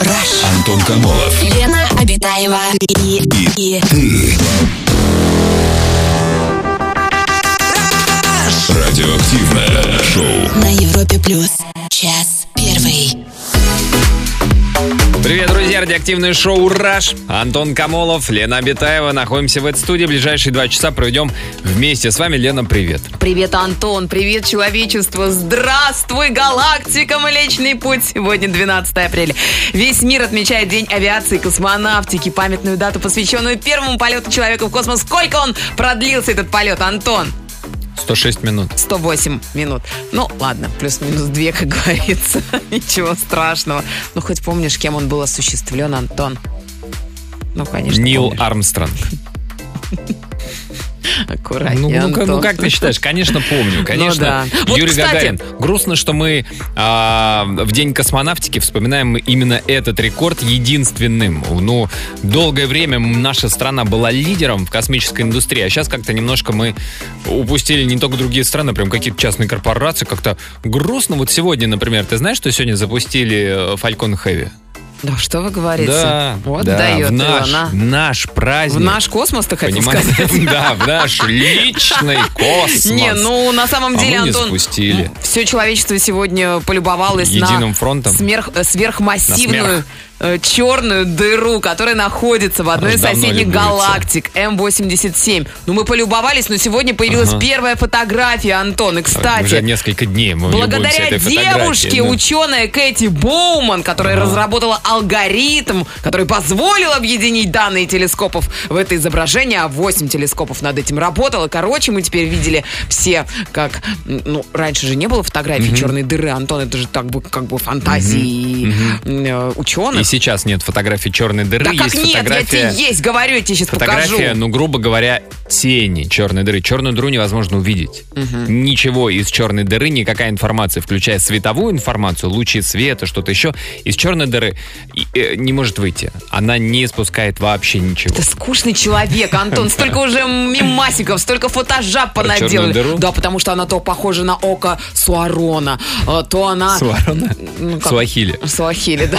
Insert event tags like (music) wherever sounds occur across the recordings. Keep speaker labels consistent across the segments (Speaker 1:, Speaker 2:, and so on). Speaker 1: Rush.
Speaker 2: Антон Камолов
Speaker 1: Лена Обитаева и, и- и
Speaker 2: ты. Радиоактивное шоу.
Speaker 1: на Европе плюс час первый.
Speaker 3: Привет, друзья! Радиоактивное шоу «Раш». Антон Камолов, Лена Абитаева. Находимся в этой студии. Ближайшие два часа проведем вместе с вами. Лена, привет.
Speaker 4: Привет, Антон. Привет, человечество. Здравствуй, галактика, Млечный Путь. Сегодня 12 апреля. Весь мир отмечает День авиации и космонавтики. Памятную дату, посвященную первому полету человека в космос. Сколько он продлился, этот полет, Антон?
Speaker 3: 106 минут.
Speaker 4: 108 минут. Ну, ладно, плюс-минус 2, как говорится. (laughs) Ничего страшного. Ну, хоть помнишь, кем он был осуществлен, Антон? Ну, конечно,
Speaker 3: Нил
Speaker 4: помнишь.
Speaker 3: Армстронг. Ну,
Speaker 4: Аккуратнее,
Speaker 3: ну, как, ну,
Speaker 4: Антон. Ну
Speaker 3: как ты считаешь? Конечно, помню. Конечно.
Speaker 4: да. Вот,
Speaker 3: Юрий
Speaker 4: кстати-
Speaker 3: Гагарин. Грустно, что мы а, в день космонавтики вспоминаем именно этот рекорд единственным. Ну, долгое время наша страна была лидером в космической индустрии, а сейчас как-то немножко мы упустили не только другие страны, а прям какие-то частные корпорации. Как-то грустно. Вот сегодня, например, ты знаешь, что сегодня запустили э, Falcon Heavy?
Speaker 4: Да что вы говорите?
Speaker 3: Да,
Speaker 4: вот
Speaker 3: да,
Speaker 4: дает
Speaker 3: в наш,
Speaker 4: Илона.
Speaker 3: в наш праздник.
Speaker 4: В наш космос, ты хотел
Speaker 3: Понимаете? (laughs)
Speaker 4: сказать?
Speaker 3: Да, в наш личный космос.
Speaker 4: Не, ну на самом
Speaker 3: А
Speaker 4: деле,
Speaker 3: мы не
Speaker 4: Антон,
Speaker 3: спустили.
Speaker 4: все человечество сегодня полюбовалось
Speaker 3: Единым
Speaker 4: на
Speaker 3: фронтом?
Speaker 4: сверх- э,
Speaker 3: На
Speaker 4: сверхмассивную
Speaker 3: смех.
Speaker 4: э, черную дыру, которая находится в
Speaker 3: Она
Speaker 4: одной из
Speaker 3: же давно
Speaker 4: соседних
Speaker 3: любуется.
Speaker 4: галактик М87. Ну мы полюбовались, но сегодня появилась
Speaker 3: Ага.
Speaker 4: первая фотография, Антон. И
Speaker 3: Уже
Speaker 4: кстати,
Speaker 3: несколько дней мы любуемся
Speaker 4: Благодаря
Speaker 3: этой фотографией, Ну, да.
Speaker 4: девушке, ученая Кэти Боуман, которая
Speaker 3: Ага.
Speaker 4: разработала алгоритм, который позволил объединить данные телескопов в это изображение, а 8 телескопов над этим работало. Короче, мы теперь видели все, как... м, Ну, раньше же не было фотографий черной дыры, Антон, это же так бы, как бы фантазии э, ученых.
Speaker 3: И сейчас нет фотографии черной дыры,
Speaker 4: Да
Speaker 3: есть
Speaker 4: как нет, я
Speaker 3: фотография...
Speaker 4: тебе есть, говорю, я тебе сейчас покажу.
Speaker 3: Фотография, ну, грубо говоря, тени черной дыры. Черную дыру невозможно увидеть. Ничего из черной дыры, никакая информация, включая световую информацию, лучи света, что-то еще, из черной дыры и, э, не может выйти. Она не испускает вообще ничего.
Speaker 4: Ты скучный человек,
Speaker 3: (laughs)
Speaker 4: Антон. Столько уже мимасиков, столько фотожаб
Speaker 3: черную дыру?
Speaker 4: понаделали. Да, потому что она то похожа на око Суарона, э, то она...
Speaker 3: Суарона?
Speaker 4: Ну, как-
Speaker 3: Суахили. (laughs)
Speaker 4: Суахили, да.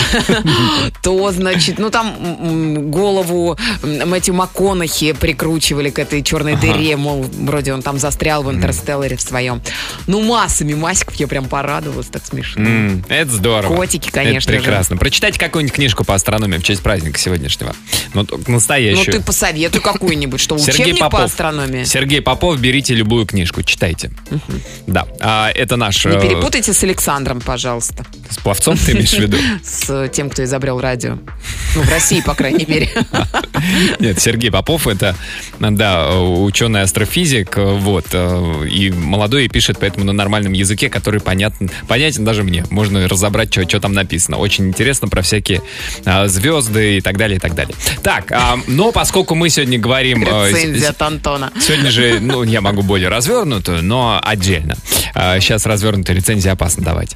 Speaker 4: То, значит, ну там м, голову м, Мэтью МакКонахи прикручивали к этой черной дыре, мол, вроде он там застрял в интерстелларе в своем. Ну, массами масиков я прям порадовалась, так смешно.
Speaker 3: М, это здорово.
Speaker 4: Котики, конечно
Speaker 3: Это
Speaker 4: же.
Speaker 3: прекрасно. Прочитайте какую-нибудь книжку по астрономии в честь праздника сегодняшнего. Ну, т-
Speaker 4: Ну,
Speaker 3: настоящую.
Speaker 4: ты посоветуй какую-нибудь, что
Speaker 3: Сергей
Speaker 4: учебник
Speaker 3: Попов.
Speaker 4: по астрономии.
Speaker 3: Сергей Попов, берите любую книжку, читайте. Да, а, это наш...
Speaker 4: Не
Speaker 3: э,
Speaker 4: перепутайте с Александром, пожалуйста.
Speaker 3: С пловцом ты имеешь в
Speaker 4: (laughs)
Speaker 3: виду?
Speaker 4: с тем, кто изобрел радио. Ну, в России, по крайней
Speaker 3: (laughs)
Speaker 4: мере.
Speaker 3: Нет, Сергей Попов это, да, ученый астрофизик, вот, э, и молодой, и пишет поэтому на нормальном языке, который понятен, понятен даже мне. Можно разобрать, что там написано. Очень интересно про всякие э, звезды и так далее, и так далее. Так, а, но поскольку мы сегодня говорим... э, с-
Speaker 4: Рецензия от Антона.
Speaker 3: Сегодня же, ну, я могу более развернутую, но отдельно. А, Сейчас развернутую рецензию опасно давать.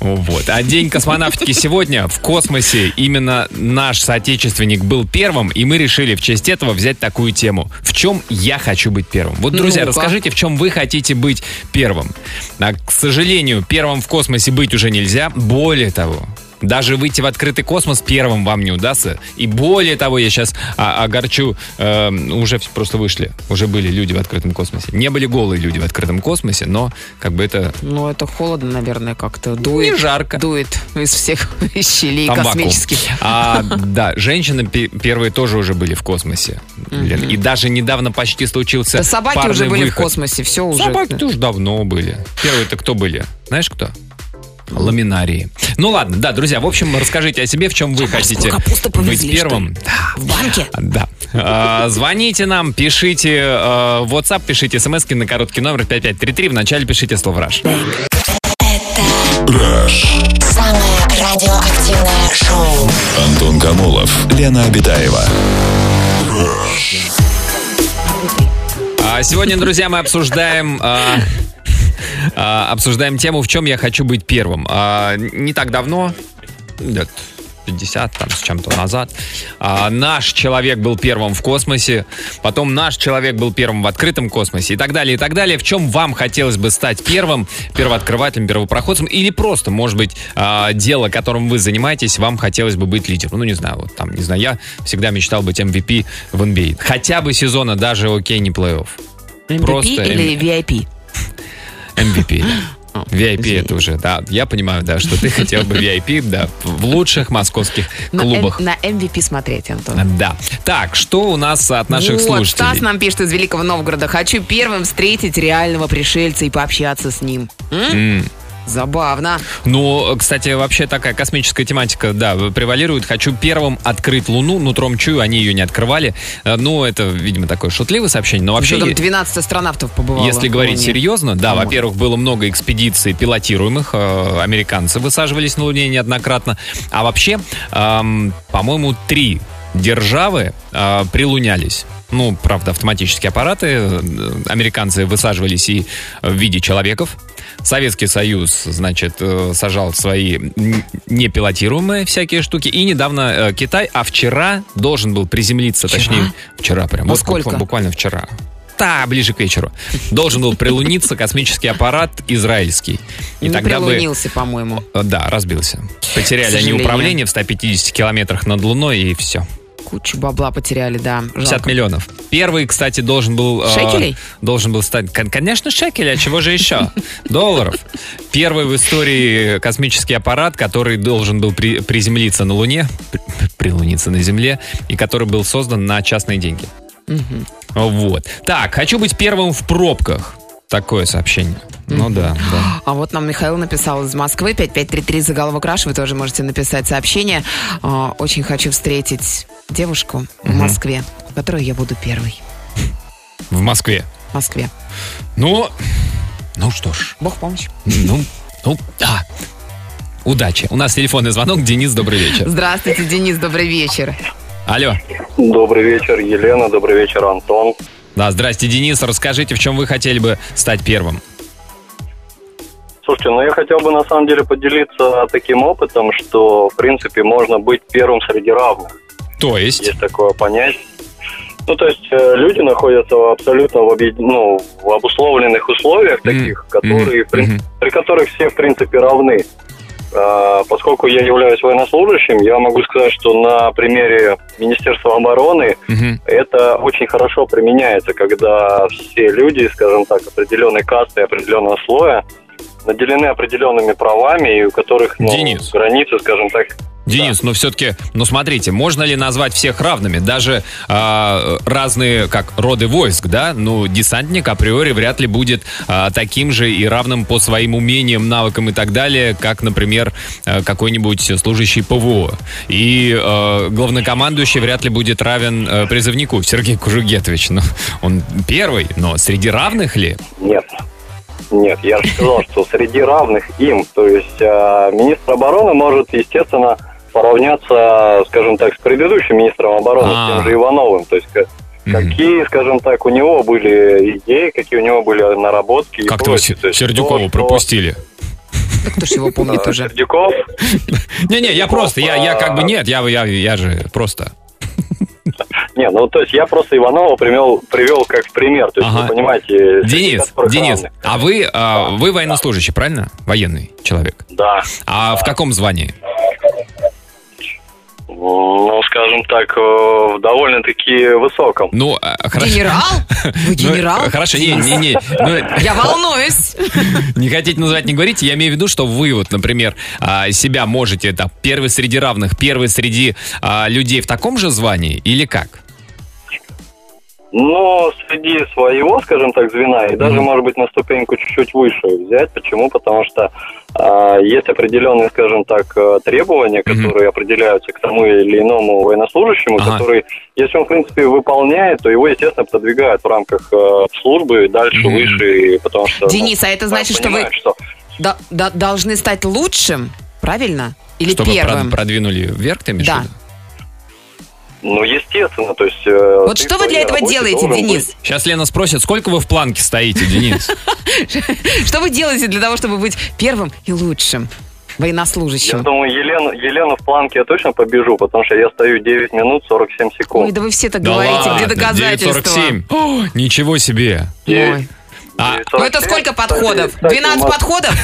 Speaker 3: Вот. А день космонавтики сегодня в космосе именно наш соотечественник был первым, и мы решили в честь этого взять такую тему. В чем я хочу быть первым? Вот, друзья,
Speaker 4: Ну-ка.
Speaker 3: расскажите, в чем вы хотите быть первым. А, к сожалению, первым в космосе быть уже нельзя. Более того, даже выйти в открытый космос первым вам не удастся. И более того, я сейчас огорчу, э, уже вс- просто вышли, уже были люди в открытом космосе. Не были голые люди в открытом космосе, но как бы это...
Speaker 4: Ну, это холодно, наверное, как-то. Дует.
Speaker 3: Не жарко.
Speaker 4: Дует из всех (laughs) щелей
Speaker 3: там вакуум.
Speaker 4: космических.
Speaker 3: А, да, женщины пе- первые тоже уже были в космосе. Лен. И даже недавно почти случился
Speaker 4: Да собаки уже
Speaker 3: парный
Speaker 4: были в
Speaker 3: выход.
Speaker 4: космосе, все уже.
Speaker 3: Собаки-то уж давно были. Первые-то кто были? Знаешь кто? Ламинарии. Ну ладно, да, друзья, в общем, расскажите о себе, в чем вы хотите
Speaker 1: капусту
Speaker 3: быть
Speaker 1: повезли,
Speaker 3: первым.
Speaker 1: В банке?
Speaker 3: Да. А, Звоните нам, пишите э, в WhatsApp, пишите смс на короткий номер 5533. Вначале пишите слово «Раш».
Speaker 1: Самое радиоактивное шоу.
Speaker 2: Антон Камолов, Лена Обитаева.
Speaker 3: А Сегодня, друзья, мы обсуждаем... а, а, Обсуждаем тему, в чем я хочу быть первым. А, Не так давно, нет, 50 там, с чем-то назад. А, наш человек был первым в космосе, потом наш человек был первым в открытом космосе и так далее, и так далее. В чем вам хотелось бы стать первым, первооткрывателем, первопроходцем? Или просто, может быть, а, дело, которым вы занимаетесь, вам хотелось бы быть лидером? Ну, не знаю, вот там, не знаю, я всегда мечтал быть MVP в NBA. Хотя бы сезона, даже окей, не плей-офф.
Speaker 4: MVP
Speaker 3: Просто
Speaker 4: или VIP?
Speaker 3: MVP, да.
Speaker 4: А,
Speaker 3: VIP
Speaker 4: извини.
Speaker 3: это уже, да, я понимаю, да, что ты хотел бы VIP, да, в лучших московских
Speaker 4: На, М-
Speaker 3: клубах.
Speaker 4: на MVP смотреть, Антон.
Speaker 3: Да. Так, что у нас от наших
Speaker 4: вот, Стас
Speaker 3: слушателей?
Speaker 4: нам пишет из Великого Новгорода. Хочу первым встретить реального пришельца и пообщаться с ним. М?
Speaker 3: М.
Speaker 4: Забавно.
Speaker 3: Ну, кстати, вообще такая космическая тематика, да, превалирует. Хочу первым открыть Луну, нутром чую, они ее не открывали. Э, Ну, это, видимо, такое шутливое сообщение, но вообще...
Speaker 4: Вообще, там
Speaker 3: е-
Speaker 4: 12 астронавтов побывало.
Speaker 3: Если
Speaker 4: на
Speaker 3: говорить
Speaker 4: Луне.
Speaker 3: серьезно, да,
Speaker 4: По-моему.
Speaker 3: во-первых, было много экспедиций пилотируемых, э, американцы высаживались на Луне неоднократно, а вообще, эм, по-моему, три державы э, прилунялись. Ну, правда, автоматические аппараты, э, американцы высаживались и в виде человеков. Советский Союз, значит, э, сажал свои н- непилотируемые всякие штуки. И недавно э, Китай, а вчера должен был приземлиться,
Speaker 4: Вчера?
Speaker 3: точнее, вчера прям.
Speaker 4: Во
Speaker 3: Вот буква-
Speaker 4: сколько?
Speaker 3: Буквально вчера. Да, ближе к вечеру. Должен был прилуниться космический аппарат израильский. И
Speaker 4: Не
Speaker 3: тогда бы...
Speaker 4: прилунился, по-моему.
Speaker 3: э, Да, разбился. Потеряли они
Speaker 4: сожалению.
Speaker 3: управление в 150 километрах над Луной и все.
Speaker 4: Кучу бабла потеряли, да.
Speaker 3: 50
Speaker 4: Жалко.
Speaker 3: миллионов. Первый, кстати, должен был... э,
Speaker 4: Шекелей?
Speaker 3: Должен был стать... кон- Конечно, шекель, а чего же
Speaker 4: (laughs)
Speaker 3: еще? Долларов. Первый в истории космический аппарат, который должен был при- приземлиться на Луне, при- прилуниться на Земле, и который был создан на частные деньги.
Speaker 4: Мгм.
Speaker 3: Вот. Так, хочу быть первым в пробках. Такое сообщение. Ну да, да.
Speaker 4: А вот нам Михаил написал из Москвы 5533 заголовок Раш. Вы тоже можете написать сообщение. А, Очень хочу встретить девушку в
Speaker 3: Мгм.
Speaker 4: Москве, в которой я буду первой.
Speaker 3: В Москве.
Speaker 4: В Москве.
Speaker 3: Ну, ну что ж.
Speaker 4: Бог помощь.
Speaker 3: Ну, ну, да. Удачи. У нас телефонный звонок. Денис, добрый вечер.
Speaker 4: Здравствуйте, Денис, добрый вечер.
Speaker 3: Алло.
Speaker 5: Добрый вечер, Елена. Добрый вечер, Антон.
Speaker 3: Да, здрасте, Денис. Расскажите, в чем вы хотели бы стать первым?
Speaker 5: Слушайте, ну я хотел бы на самом деле поделиться таким опытом, что в принципе можно быть первым среди равных.
Speaker 3: То есть?
Speaker 5: Есть такое понятие. Ну, то есть э, люди находятся абсолютно в, объед- ну, в обусловленных условиях
Speaker 3: Мгм.
Speaker 5: таких, которые,
Speaker 3: Мгм.
Speaker 5: в принципе,
Speaker 3: Мгм.
Speaker 5: при которых все, в принципе, равны. А, Поскольку я являюсь военнослужащим, я могу сказать, что на примере Министерства обороны
Speaker 3: Мгм.
Speaker 5: это очень хорошо применяется, когда все люди, скажем так, определенной касты, определенного слоя, наделены определенными правами, и у которых ну,
Speaker 3: Денис.
Speaker 5: границы, скажем так,
Speaker 3: Денис, ну все-таки, ну смотрите, можно ли назвать всех равными? Даже а, разные, как роды войск, да? Ну, десантник априори вряд ли будет а, таким же и равным по своим умениям, навыкам и так далее, как, например, э, какой-нибудь служащий ПВО. И э, главнокомандующий вряд ли будет равен э, призывнику Сергей Кужугетович. Ну, он первый, но среди равных ли?
Speaker 5: нет. Нет, я же сказал, что среди равных им, то есть э, министр обороны может, естественно, поравняться, скажем так, с предыдущим министром обороны,
Speaker 3: А.
Speaker 5: с тем же Ивановым, то есть к-
Speaker 3: Мгм.
Speaker 5: какие, скажем так, у него были идеи, какие у него были наработки. и
Speaker 3: Как-то вы
Speaker 5: прочее. То
Speaker 3: Се-
Speaker 5: есть то,
Speaker 3: Сердюкова
Speaker 5: что,
Speaker 3: пропустили.
Speaker 4: Да кто ж его помнит
Speaker 5: э,
Speaker 4: уже?
Speaker 5: Сердюков,
Speaker 3: Не-не, я просто, я, я как бы нет, я, я, я же просто.
Speaker 5: Не, ну то есть я просто Иванова привел, привел как пример. То есть
Speaker 3: Ага.
Speaker 5: вы понимаете...
Speaker 3: Денис,
Speaker 5: среди которых
Speaker 3: Денис,
Speaker 5: равных.
Speaker 3: а вы, а, вы военнослужащий, правильно? Военный человек.
Speaker 5: Да.
Speaker 3: А в каком звании?
Speaker 5: Ну, скажем так, э, в довольно-таки высоком.
Speaker 3: Ну, а, хорошо.
Speaker 4: Генерал? Вы
Speaker 3: Ну,
Speaker 4: генерал?
Speaker 3: хорошо, не, не,
Speaker 4: (laughs)
Speaker 3: не. Ну,
Speaker 4: Я волнуюсь.
Speaker 3: не хотите назвать, не говорите. Я имею в виду, что вы вот, например, а, себя можете, это первый среди равных, первый среди а, людей в таком же звании или как?
Speaker 5: Но среди своего, скажем так, звена, и даже,
Speaker 3: Мгм.
Speaker 5: может быть, на ступеньку чуть-чуть выше взять. Почему? Потому что а, есть определенные, скажем так, э, требования,
Speaker 3: Мгм.
Speaker 5: которые определяются к тому или иному военнослужащему,
Speaker 3: Ага.
Speaker 5: который, если он, в принципе, выполняет, то его, естественно, подвигают в рамках э, службы дальше,
Speaker 3: Мгм.
Speaker 5: выше, и потому что... ну,
Speaker 4: Денис, а это значит, что вы
Speaker 5: понимаешь, что
Speaker 4: до- до- должны стать лучшим, правильно? Или
Speaker 3: Чтобы прод-
Speaker 4: первым?
Speaker 3: продвинули вверх, ты имеешь
Speaker 4: Да.
Speaker 3: в виду?
Speaker 5: Ну, естественно, то есть... э,
Speaker 4: Вот
Speaker 5: ты
Speaker 4: что
Speaker 5: в
Speaker 4: вы для
Speaker 5: своей
Speaker 4: этого
Speaker 5: работе
Speaker 4: делаете,
Speaker 5: должен
Speaker 4: Денис?
Speaker 3: Сейчас Лена спросит, сколько вы в планке стоите, Денис?
Speaker 4: (laughs) Что вы делаете для того, чтобы быть первым и лучшим?
Speaker 5: Я
Speaker 4: военнослужащим?
Speaker 5: думаю, Елену, Елену в планке я точно побежу, потому что я стою 9 минут 47 секунд.
Speaker 4: Ой, да вы все так
Speaker 3: Да
Speaker 4: говорите,
Speaker 3: ладно,
Speaker 4: где доказательства?
Speaker 3: 9.47. О, ничего себе.
Speaker 4: Ой.
Speaker 3: А,
Speaker 4: Ну это сколько подходов? 12 подходов?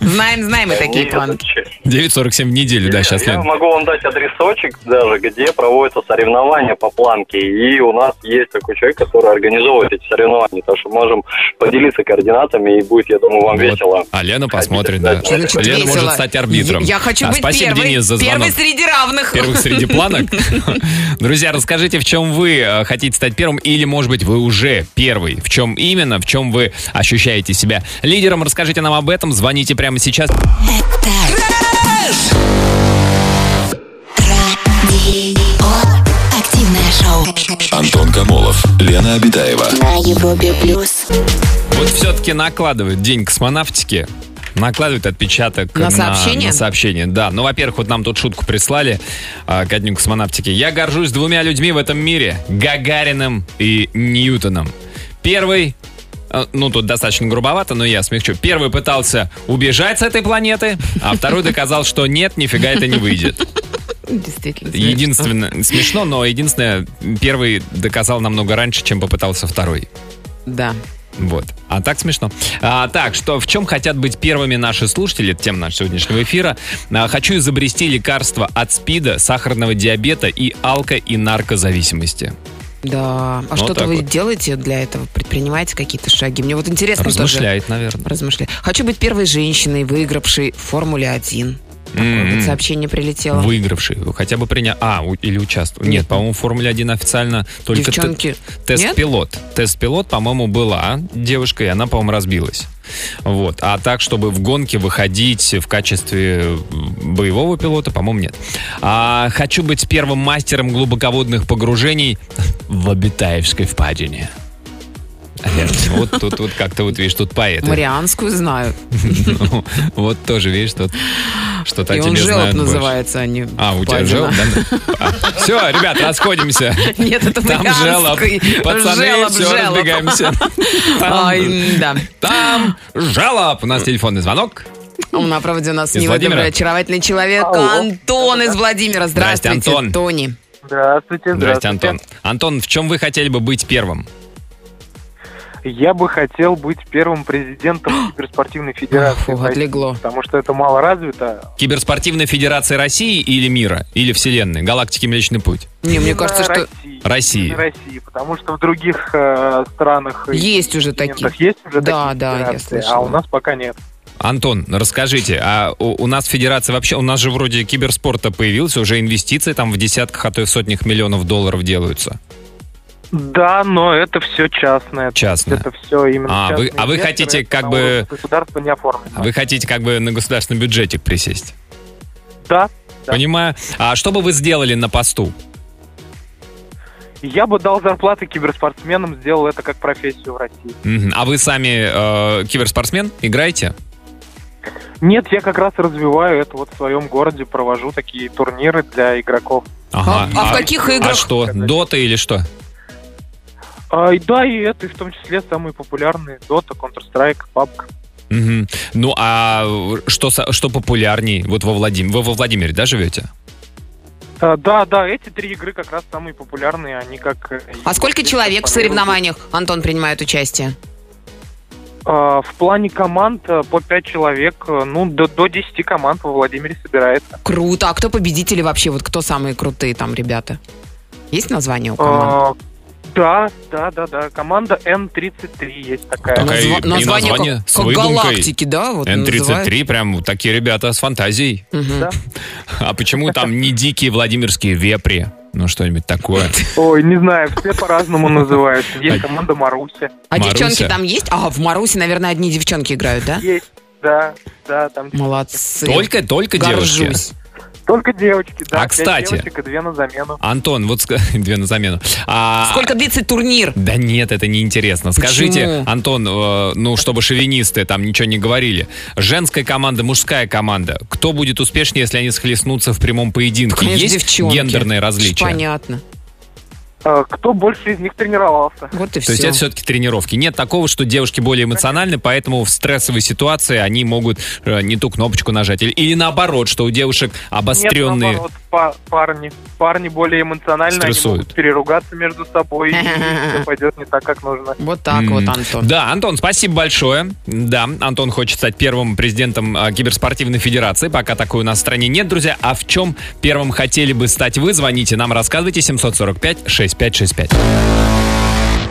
Speaker 4: Знаем, знаем мы такие планки.
Speaker 3: 9.47 в неделю, да, сейчас,
Speaker 5: Я
Speaker 3: Лен.
Speaker 5: могу вам дать адресочек даже, где проводятся соревнования по планке. И у нас есть такой человек, который организовывает эти соревнования. Так что можем поделиться координатами, и будет, я думаю, вам
Speaker 3: Вот.
Speaker 5: весело.
Speaker 3: А Лена посмотрит, да.
Speaker 5: Что
Speaker 4: значит
Speaker 3: Лена
Speaker 4: ну весело?
Speaker 3: может стать арбитром.
Speaker 4: Я хочу
Speaker 3: А,
Speaker 4: быть
Speaker 3: спасибо,
Speaker 4: первой.
Speaker 3: Денис, за звонок.
Speaker 4: Первой среди равных.
Speaker 3: Первых среди
Speaker 5: (laughs)
Speaker 3: планок. Друзья, расскажите, в чем вы э, хотите стать первым, или, может быть, вы уже первый. В чем именно, в чем вы ощущаете себя лидером. Расскажите нам об этом, звоните прямо сейчас.
Speaker 1: Радио. Активное шоу.
Speaker 2: Антон Камолов, Лена Обитаева.
Speaker 1: На Европе плюс.
Speaker 3: Вот все-таки накладывают день космонавтики. Накладывают отпечаток
Speaker 4: На сообщение?
Speaker 3: на сообщение, да. Ну, во-первых, вот нам тут шутку прислали а, ко дню космонавтики. Я горжусь двумя людьми в этом мире. Гагариным и Ньютоном. Первый, э, ну, тут достаточно грубовато, но я смягчу. Первый пытался убежать с этой планеты, а второй доказал, что нет, нифига это не выйдет.
Speaker 4: (laughs) Действительно. смешно.
Speaker 3: Единственное, смешно, но единственное, первый доказал намного раньше, чем попытался второй.
Speaker 4: Да.
Speaker 3: Вот. А так смешно. А, так, что в чем хотят быть первыми наши слушатели, это тема нашего сегодняшнего эфира. А, хочу изобрести лекарства от СПИДа, сахарного диабета и алко- и наркозависимости.
Speaker 4: Да. А
Speaker 3: Вот
Speaker 4: что-то
Speaker 3: так
Speaker 4: вы
Speaker 3: вот.
Speaker 4: делаете для этого? Предпринимаете какие-то шаги? Мне вот интересно тоже.
Speaker 3: Размышляет, наверное.
Speaker 4: Размышляю. Хочу быть первой женщиной, выигравшей в Формуле-1.
Speaker 3: М-м.
Speaker 4: Вот сообщение прилетело.
Speaker 3: Выигравший, хотя бы принял... А, у- или участвовал. Нет,
Speaker 4: Нет.
Speaker 3: по-моему, в Формуле-1 официально только т-
Speaker 4: Девчонки. Нет?
Speaker 3: тест-пилот. Тест-пилот, по-моему, была девушка, и она, по-моему, разбилась. Вот. А так, чтобы в гонке выходить в качестве боевого пилота, по-моему, нет. А, хочу быть первым мастером глубоководных погружений в Обитаевской впадине. Лен, Вот тут вот как-то вот видишь, тут поэты.
Speaker 4: Марианскую знаю.
Speaker 3: Ну, (laughs) Вот тоже видишь, что- что-то о
Speaker 4: И
Speaker 3: тебе
Speaker 4: он желоб
Speaker 3: знают больше.
Speaker 4: называется, а не
Speaker 3: А, у тебя
Speaker 4: впадина.
Speaker 3: желоб, да? Все, ребят, расходимся.
Speaker 4: (laughs) Нет, это
Speaker 3: Там желоб.
Speaker 4: марианский.
Speaker 3: Пацаны,
Speaker 4: Желоб,
Speaker 3: все,
Speaker 4: желоб.
Speaker 3: разбегаемся. (laughs) Там-
Speaker 4: Ай, да.
Speaker 3: Там жалоб. У нас телефонный звонок.
Speaker 4: А У нас проводе у нас
Speaker 3: Из
Speaker 4: не
Speaker 3: Владимира?
Speaker 4: очаровательный человек
Speaker 6: Алло.
Speaker 4: Антон из Владимира.
Speaker 3: Здрасте,
Speaker 4: Здравствуйте,
Speaker 3: Антон.
Speaker 4: Тони.
Speaker 6: Здравствуйте,
Speaker 3: Здрасте, Антон. Антон, в чем вы хотели бы быть первым?
Speaker 6: Я бы хотел быть первым президентом киберспортивной федерации.
Speaker 4: Фу,
Speaker 6: России,
Speaker 4: отлегло.
Speaker 6: Потому что это мало развито.
Speaker 3: Киберспортивной Федерации России или мира? Или Вселенной? Галактики Млечный Путь?
Speaker 4: Не, мне
Speaker 6: Именно
Speaker 4: кажется, что
Speaker 6: России.
Speaker 3: России.
Speaker 6: Именно России, потому что в других э, странах и
Speaker 4: есть уже такие.
Speaker 6: континентах есть уже
Speaker 4: Да,
Speaker 6: такие
Speaker 4: да, я
Speaker 6: федерации, а
Speaker 4: слышала.
Speaker 6: у нас пока нет.
Speaker 3: Антон, расскажите, а у, у нас федерация вообще, у нас же вроде киберспорта появился, уже инвестиции там в десятках, а то и в сотнях миллионов долларов делаются.
Speaker 6: Да, но это все частное.
Speaker 3: Частное.
Speaker 6: Это все именно
Speaker 3: А,
Speaker 6: частные
Speaker 3: вы- а вы
Speaker 6: инвесторы,
Speaker 3: хотите
Speaker 6: это
Speaker 3: как
Speaker 6: на
Speaker 3: бы-
Speaker 6: уровне Государства не оформлено.
Speaker 3: А Вы хотите как бы на государственный бюджетик присесть?
Speaker 6: Да. Да.
Speaker 3: Понимаю. А что бы вы сделали на посту?
Speaker 6: Я бы дал зарплаты киберспортсменам, сделал это как профессию в России.
Speaker 3: Мгм. А вы сами э, киберспортсмен? Играете?
Speaker 6: Нет, я как раз развиваю это вот в своем городе, провожу такие турниры для игроков.
Speaker 4: А, а в
Speaker 3: А,
Speaker 4: каких
Speaker 6: а
Speaker 3: а
Speaker 4: играх?
Speaker 3: что, дота или что?
Speaker 6: А, и да, и это, и в том числе самые популярные Dota, Counter-Strike, PUBG.
Speaker 3: Мгм. Ну, а что, со- что популярней? Вот во Владим... вы во Владимире, да, живете?
Speaker 6: А, да, да, эти три игры как раз самые популярные, они как... э,
Speaker 4: А сколько
Speaker 6: здесь
Speaker 4: человек в
Speaker 6: экспонируют.
Speaker 4: соревнованиях, Антон, принимает участие?
Speaker 6: А, в плане команд э, по пять человек, э, ну, до, до 10 команд во Владимире собирается.
Speaker 4: Круто. А кто победители вообще? Вот кто самые крутые там ребята? Есть название у команд?
Speaker 6: А, да, да, да, да, команда N33 есть такая.
Speaker 3: Так, а и-
Speaker 4: Назва-
Speaker 3: и название
Speaker 4: как,
Speaker 3: с
Speaker 4: как
Speaker 3: выдумкой.
Speaker 4: галактики, да? Вот называют.
Speaker 3: Н-33, прям такие ребята с фантазией. (laughs)
Speaker 4: Мгм.
Speaker 6: Да.
Speaker 3: А почему там не дикие владимирские вепри? Ну, что-нибудь
Speaker 4: (laughs)
Speaker 3: такое.
Speaker 6: Ой, не знаю, все по-разному называют. Есть команда Маруся.
Speaker 4: А
Speaker 3: Маруся.
Speaker 4: девчонки там есть? А, в Марусе, наверное, одни девчонки играют, да?
Speaker 6: Есть, да, да, там
Speaker 4: Молодцы.
Speaker 3: Только, только девушки.
Speaker 4: Горжусь.
Speaker 6: только девочки, да.
Speaker 3: А,
Speaker 6: пять
Speaker 3: кстати.
Speaker 6: девочек и две на замену.
Speaker 3: Антон, вот ск- (laughs) две на замену. А-
Speaker 4: Сколько длится турнир?
Speaker 3: Да нет, это неинтересно.
Speaker 4: Почему?
Speaker 3: Скажите, Антон, э, ну, чтобы шовинисты там ничего не говорили. Женская команда, мужская команда. Кто будет успешнее, если они схлестнутся в прямом поединке?
Speaker 4: Конечно,
Speaker 3: А, Есть
Speaker 4: девчонки.
Speaker 3: гендерные
Speaker 4: Ж
Speaker 3: различия?
Speaker 4: Понятно.
Speaker 6: Э, Кто больше из них тренировался?
Speaker 4: Вот и
Speaker 3: То
Speaker 4: все.
Speaker 3: есть это все-таки тренировки. Нет такого, что девушки более эмоциональны, поэтому в стрессовой ситуации они могут э, не ту кнопочку нажать. Или, или наоборот, что у девушек
Speaker 6: Нет,
Speaker 3: обостренные...
Speaker 6: наоборот, па- парни. Парни более эмоционально,
Speaker 3: Стрессуют.
Speaker 6: они могут переругаться между собой, и все пойдет не так, как нужно.
Speaker 4: Вот так
Speaker 3: М.
Speaker 4: вот, Антон.
Speaker 3: Да, Антон, спасибо большое. Да, Антон хочет стать первым президентом э, Киберспортивной Федерации. Пока такой у нас в стране нет, друзья. А в чем первым хотели бы стать вы? Звоните нам, рассказывайте 745-6565.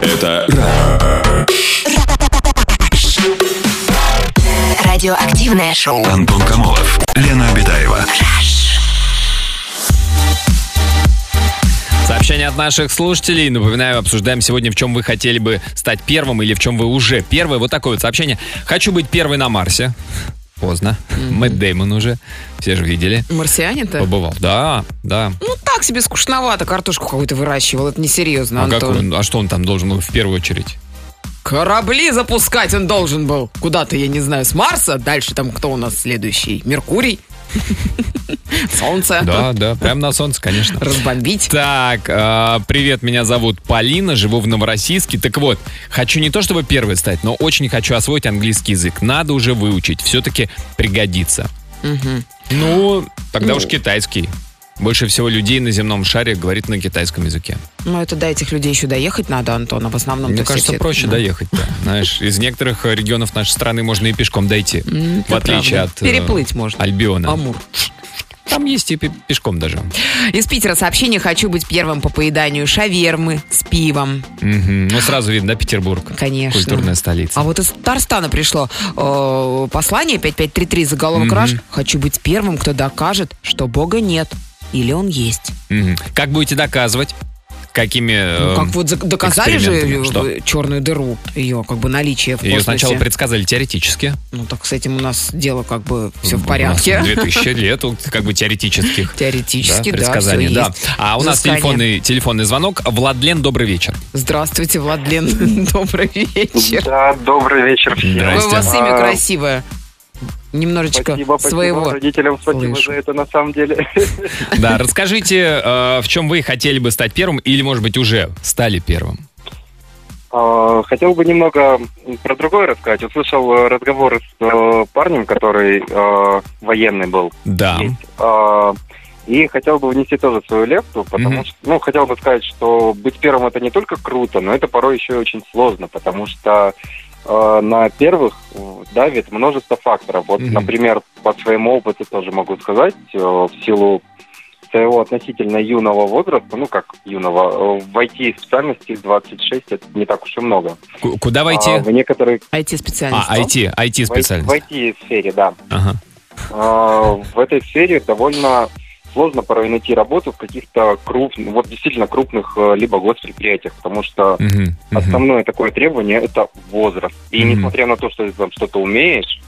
Speaker 2: Это
Speaker 1: Радиоактивное шоу.
Speaker 2: Антон Камолов, Лена Обитаева.
Speaker 3: Сообщение от наших слушателей. Напоминаю, обсуждаем сегодня, в чем вы хотели бы стать первым или в чем вы уже первый. Вот такое вот сообщение. Хочу быть первой на Марсе. Поздно. Мэтт Дэймон уже. Все же видели.
Speaker 4: Марсианин-то?
Speaker 3: Побывал. Да, да.
Speaker 4: Ну так себе скучновато, картошку какую-то выращивал, это несерьезно,
Speaker 3: А, как
Speaker 4: Антон.
Speaker 3: он- а что он там должен был в первую очередь?
Speaker 4: Корабли запускать он должен был. Куда-то, я не знаю, с Марса, дальше там кто у нас следующий?
Speaker 3: (laughs)
Speaker 4: Меркурий? Солнце?
Speaker 3: Да, да, прям на солнце, конечно.
Speaker 4: Разбомбить?
Speaker 3: Так, э, привет, меня зовут Полина, живу в Новороссийске. Так вот, хочу не то чтобы первый стать, но очень хочу освоить английский язык. Надо уже выучить, все-таки пригодится. Ну, тогда уж китайский. Больше всего людей на земном шаре говорит на китайском языке.
Speaker 4: Ну, это до этих людей еще доехать надо, Антон, а в основном...
Speaker 3: Мне кажется, проще
Speaker 4: доехать. (laughs)
Speaker 3: доехать-то. Знаешь, из некоторых регионов нашей страны можно и пешком дойти.
Speaker 4: М,
Speaker 3: В
Speaker 4: это
Speaker 3: отличие
Speaker 4: правда.
Speaker 3: от... э,
Speaker 4: Переплыть А можно.
Speaker 3: Альбиона.
Speaker 4: Амур.
Speaker 3: Там есть и пе- пешком даже.
Speaker 4: Из Питера сообщение «Хочу быть первым по поеданию шавермы с пивом».
Speaker 3: Мгм. Ну, сразу видно, да, Петербург.
Speaker 4: Конечно.
Speaker 3: Культурная столица.
Speaker 4: А вот из Татарстана пришло э, послание 5533, заголовок
Speaker 3: Мгм.
Speaker 4: «Раш». «Хочу быть первым, кто докажет, что Бога нет или он есть».
Speaker 3: Мгм. Как будете доказывать? Какими...
Speaker 4: Ну,
Speaker 3: э,
Speaker 4: как вот за- доказали же
Speaker 3: экспериментами, что?
Speaker 4: э, черную дыру, ее как бы наличие в
Speaker 3: Ее
Speaker 4: космосе.
Speaker 3: сначала предсказали теоретически.
Speaker 4: Ну так с этим у нас дело как бы все
Speaker 3: У
Speaker 4: в
Speaker 3: нас (laughs)
Speaker 4: порядке.
Speaker 3: 2000 лет, вот, как бы теоретических.
Speaker 4: (laughs) Теоретически, да,
Speaker 3: предсказаний,
Speaker 4: всё
Speaker 3: да.
Speaker 4: есть.
Speaker 3: А у нас
Speaker 4: Взыскание.
Speaker 3: телефонный, телефонный звонок. Владлен, добрый вечер.
Speaker 4: Здравствуйте, Владлен. (laughs) Добрый вечер.
Speaker 7: Да, добрый вечер всем.
Speaker 4: Ой, у вас
Speaker 3: Здрасте.
Speaker 4: имя
Speaker 7: А,
Speaker 4: красивое. Немножечко
Speaker 7: Спасибо, спасибо
Speaker 4: своего.
Speaker 7: родителям, спасибо
Speaker 4: слышу.
Speaker 7: за это на самом деле.
Speaker 4: (laughs)
Speaker 3: Да, расскажите, э, в чем вы хотели бы стать первым или, может быть, уже стали первым?
Speaker 7: А, Хотел бы немного про другое рассказать. Услышал э, разговор с э, парнем, который э, военный был.
Speaker 3: Да.
Speaker 7: Есть. А, И хотел бы внести тоже свою лепту, потому
Speaker 3: Мгм.
Speaker 7: что, ну, хотел бы сказать, что быть первым это не только круто, но это порой еще и очень сложно, потому что э, на первых э, давит множество факторов. Вот,
Speaker 3: Мгм.
Speaker 7: например, по своему опыту тоже могу сказать, э, в силу своего относительно юного возраста, ну как юного, э, в IT-специальности 26 это не так уж и много.
Speaker 3: Ку- Куда
Speaker 7: А
Speaker 3: войти?
Speaker 7: в некоторых
Speaker 4: IT-специалист.
Speaker 3: А, IT, IT
Speaker 7: в
Speaker 3: специальность.
Speaker 7: IT-сфере, да.
Speaker 3: Ага.
Speaker 7: А, в этой сфере довольно сложно порой найти работу в каких-то крупных, вот действительно крупных э, либо госпредприятиях, потому что
Speaker 3: Мгм, мгм.
Speaker 7: основное такое требование это возраст. И
Speaker 3: Мгм.
Speaker 7: несмотря на то, что ты там что-то умеешь,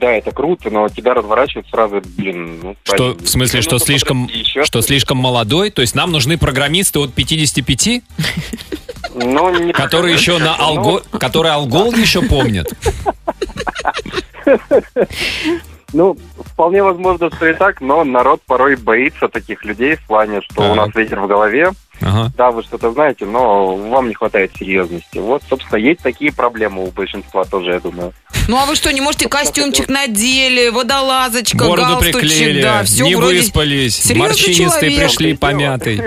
Speaker 7: да, это круто, но тебя разворачивают сразу, блин, ну,
Speaker 3: Что,
Speaker 7: блин,
Speaker 3: в смысле,
Speaker 7: ну,
Speaker 3: что
Speaker 7: ну,
Speaker 3: слишком,
Speaker 7: подожди, ещё
Speaker 3: что
Speaker 7: раз.
Speaker 3: слишком молодой? То есть нам нужны программисты от 55?
Speaker 7: Ну, не
Speaker 3: Который
Speaker 7: (laughs)
Speaker 3: еще на
Speaker 7: Ну,
Speaker 3: алго... Который алгол еще помнит.
Speaker 7: Ну, вполне возможно, что и так, но народ порой боится таких людей в плане, что у нас ветер в голове,
Speaker 3: Ага.
Speaker 7: Да, вы что-то знаете, но вам не хватает серьезности. Вот, собственно, есть такие проблемы у большинства тоже, я думаю.
Speaker 4: Ну а вы что, не можете костюмчик надели, водолазочка,
Speaker 3: Бороду
Speaker 4: галстучек,
Speaker 3: приклеили,
Speaker 4: да, все
Speaker 3: не
Speaker 4: вроде...
Speaker 3: выспались,
Speaker 4: Серьезный
Speaker 3: морщинистые
Speaker 4: человек.
Speaker 3: пришли
Speaker 7: Там такое дело.
Speaker 3: помятый.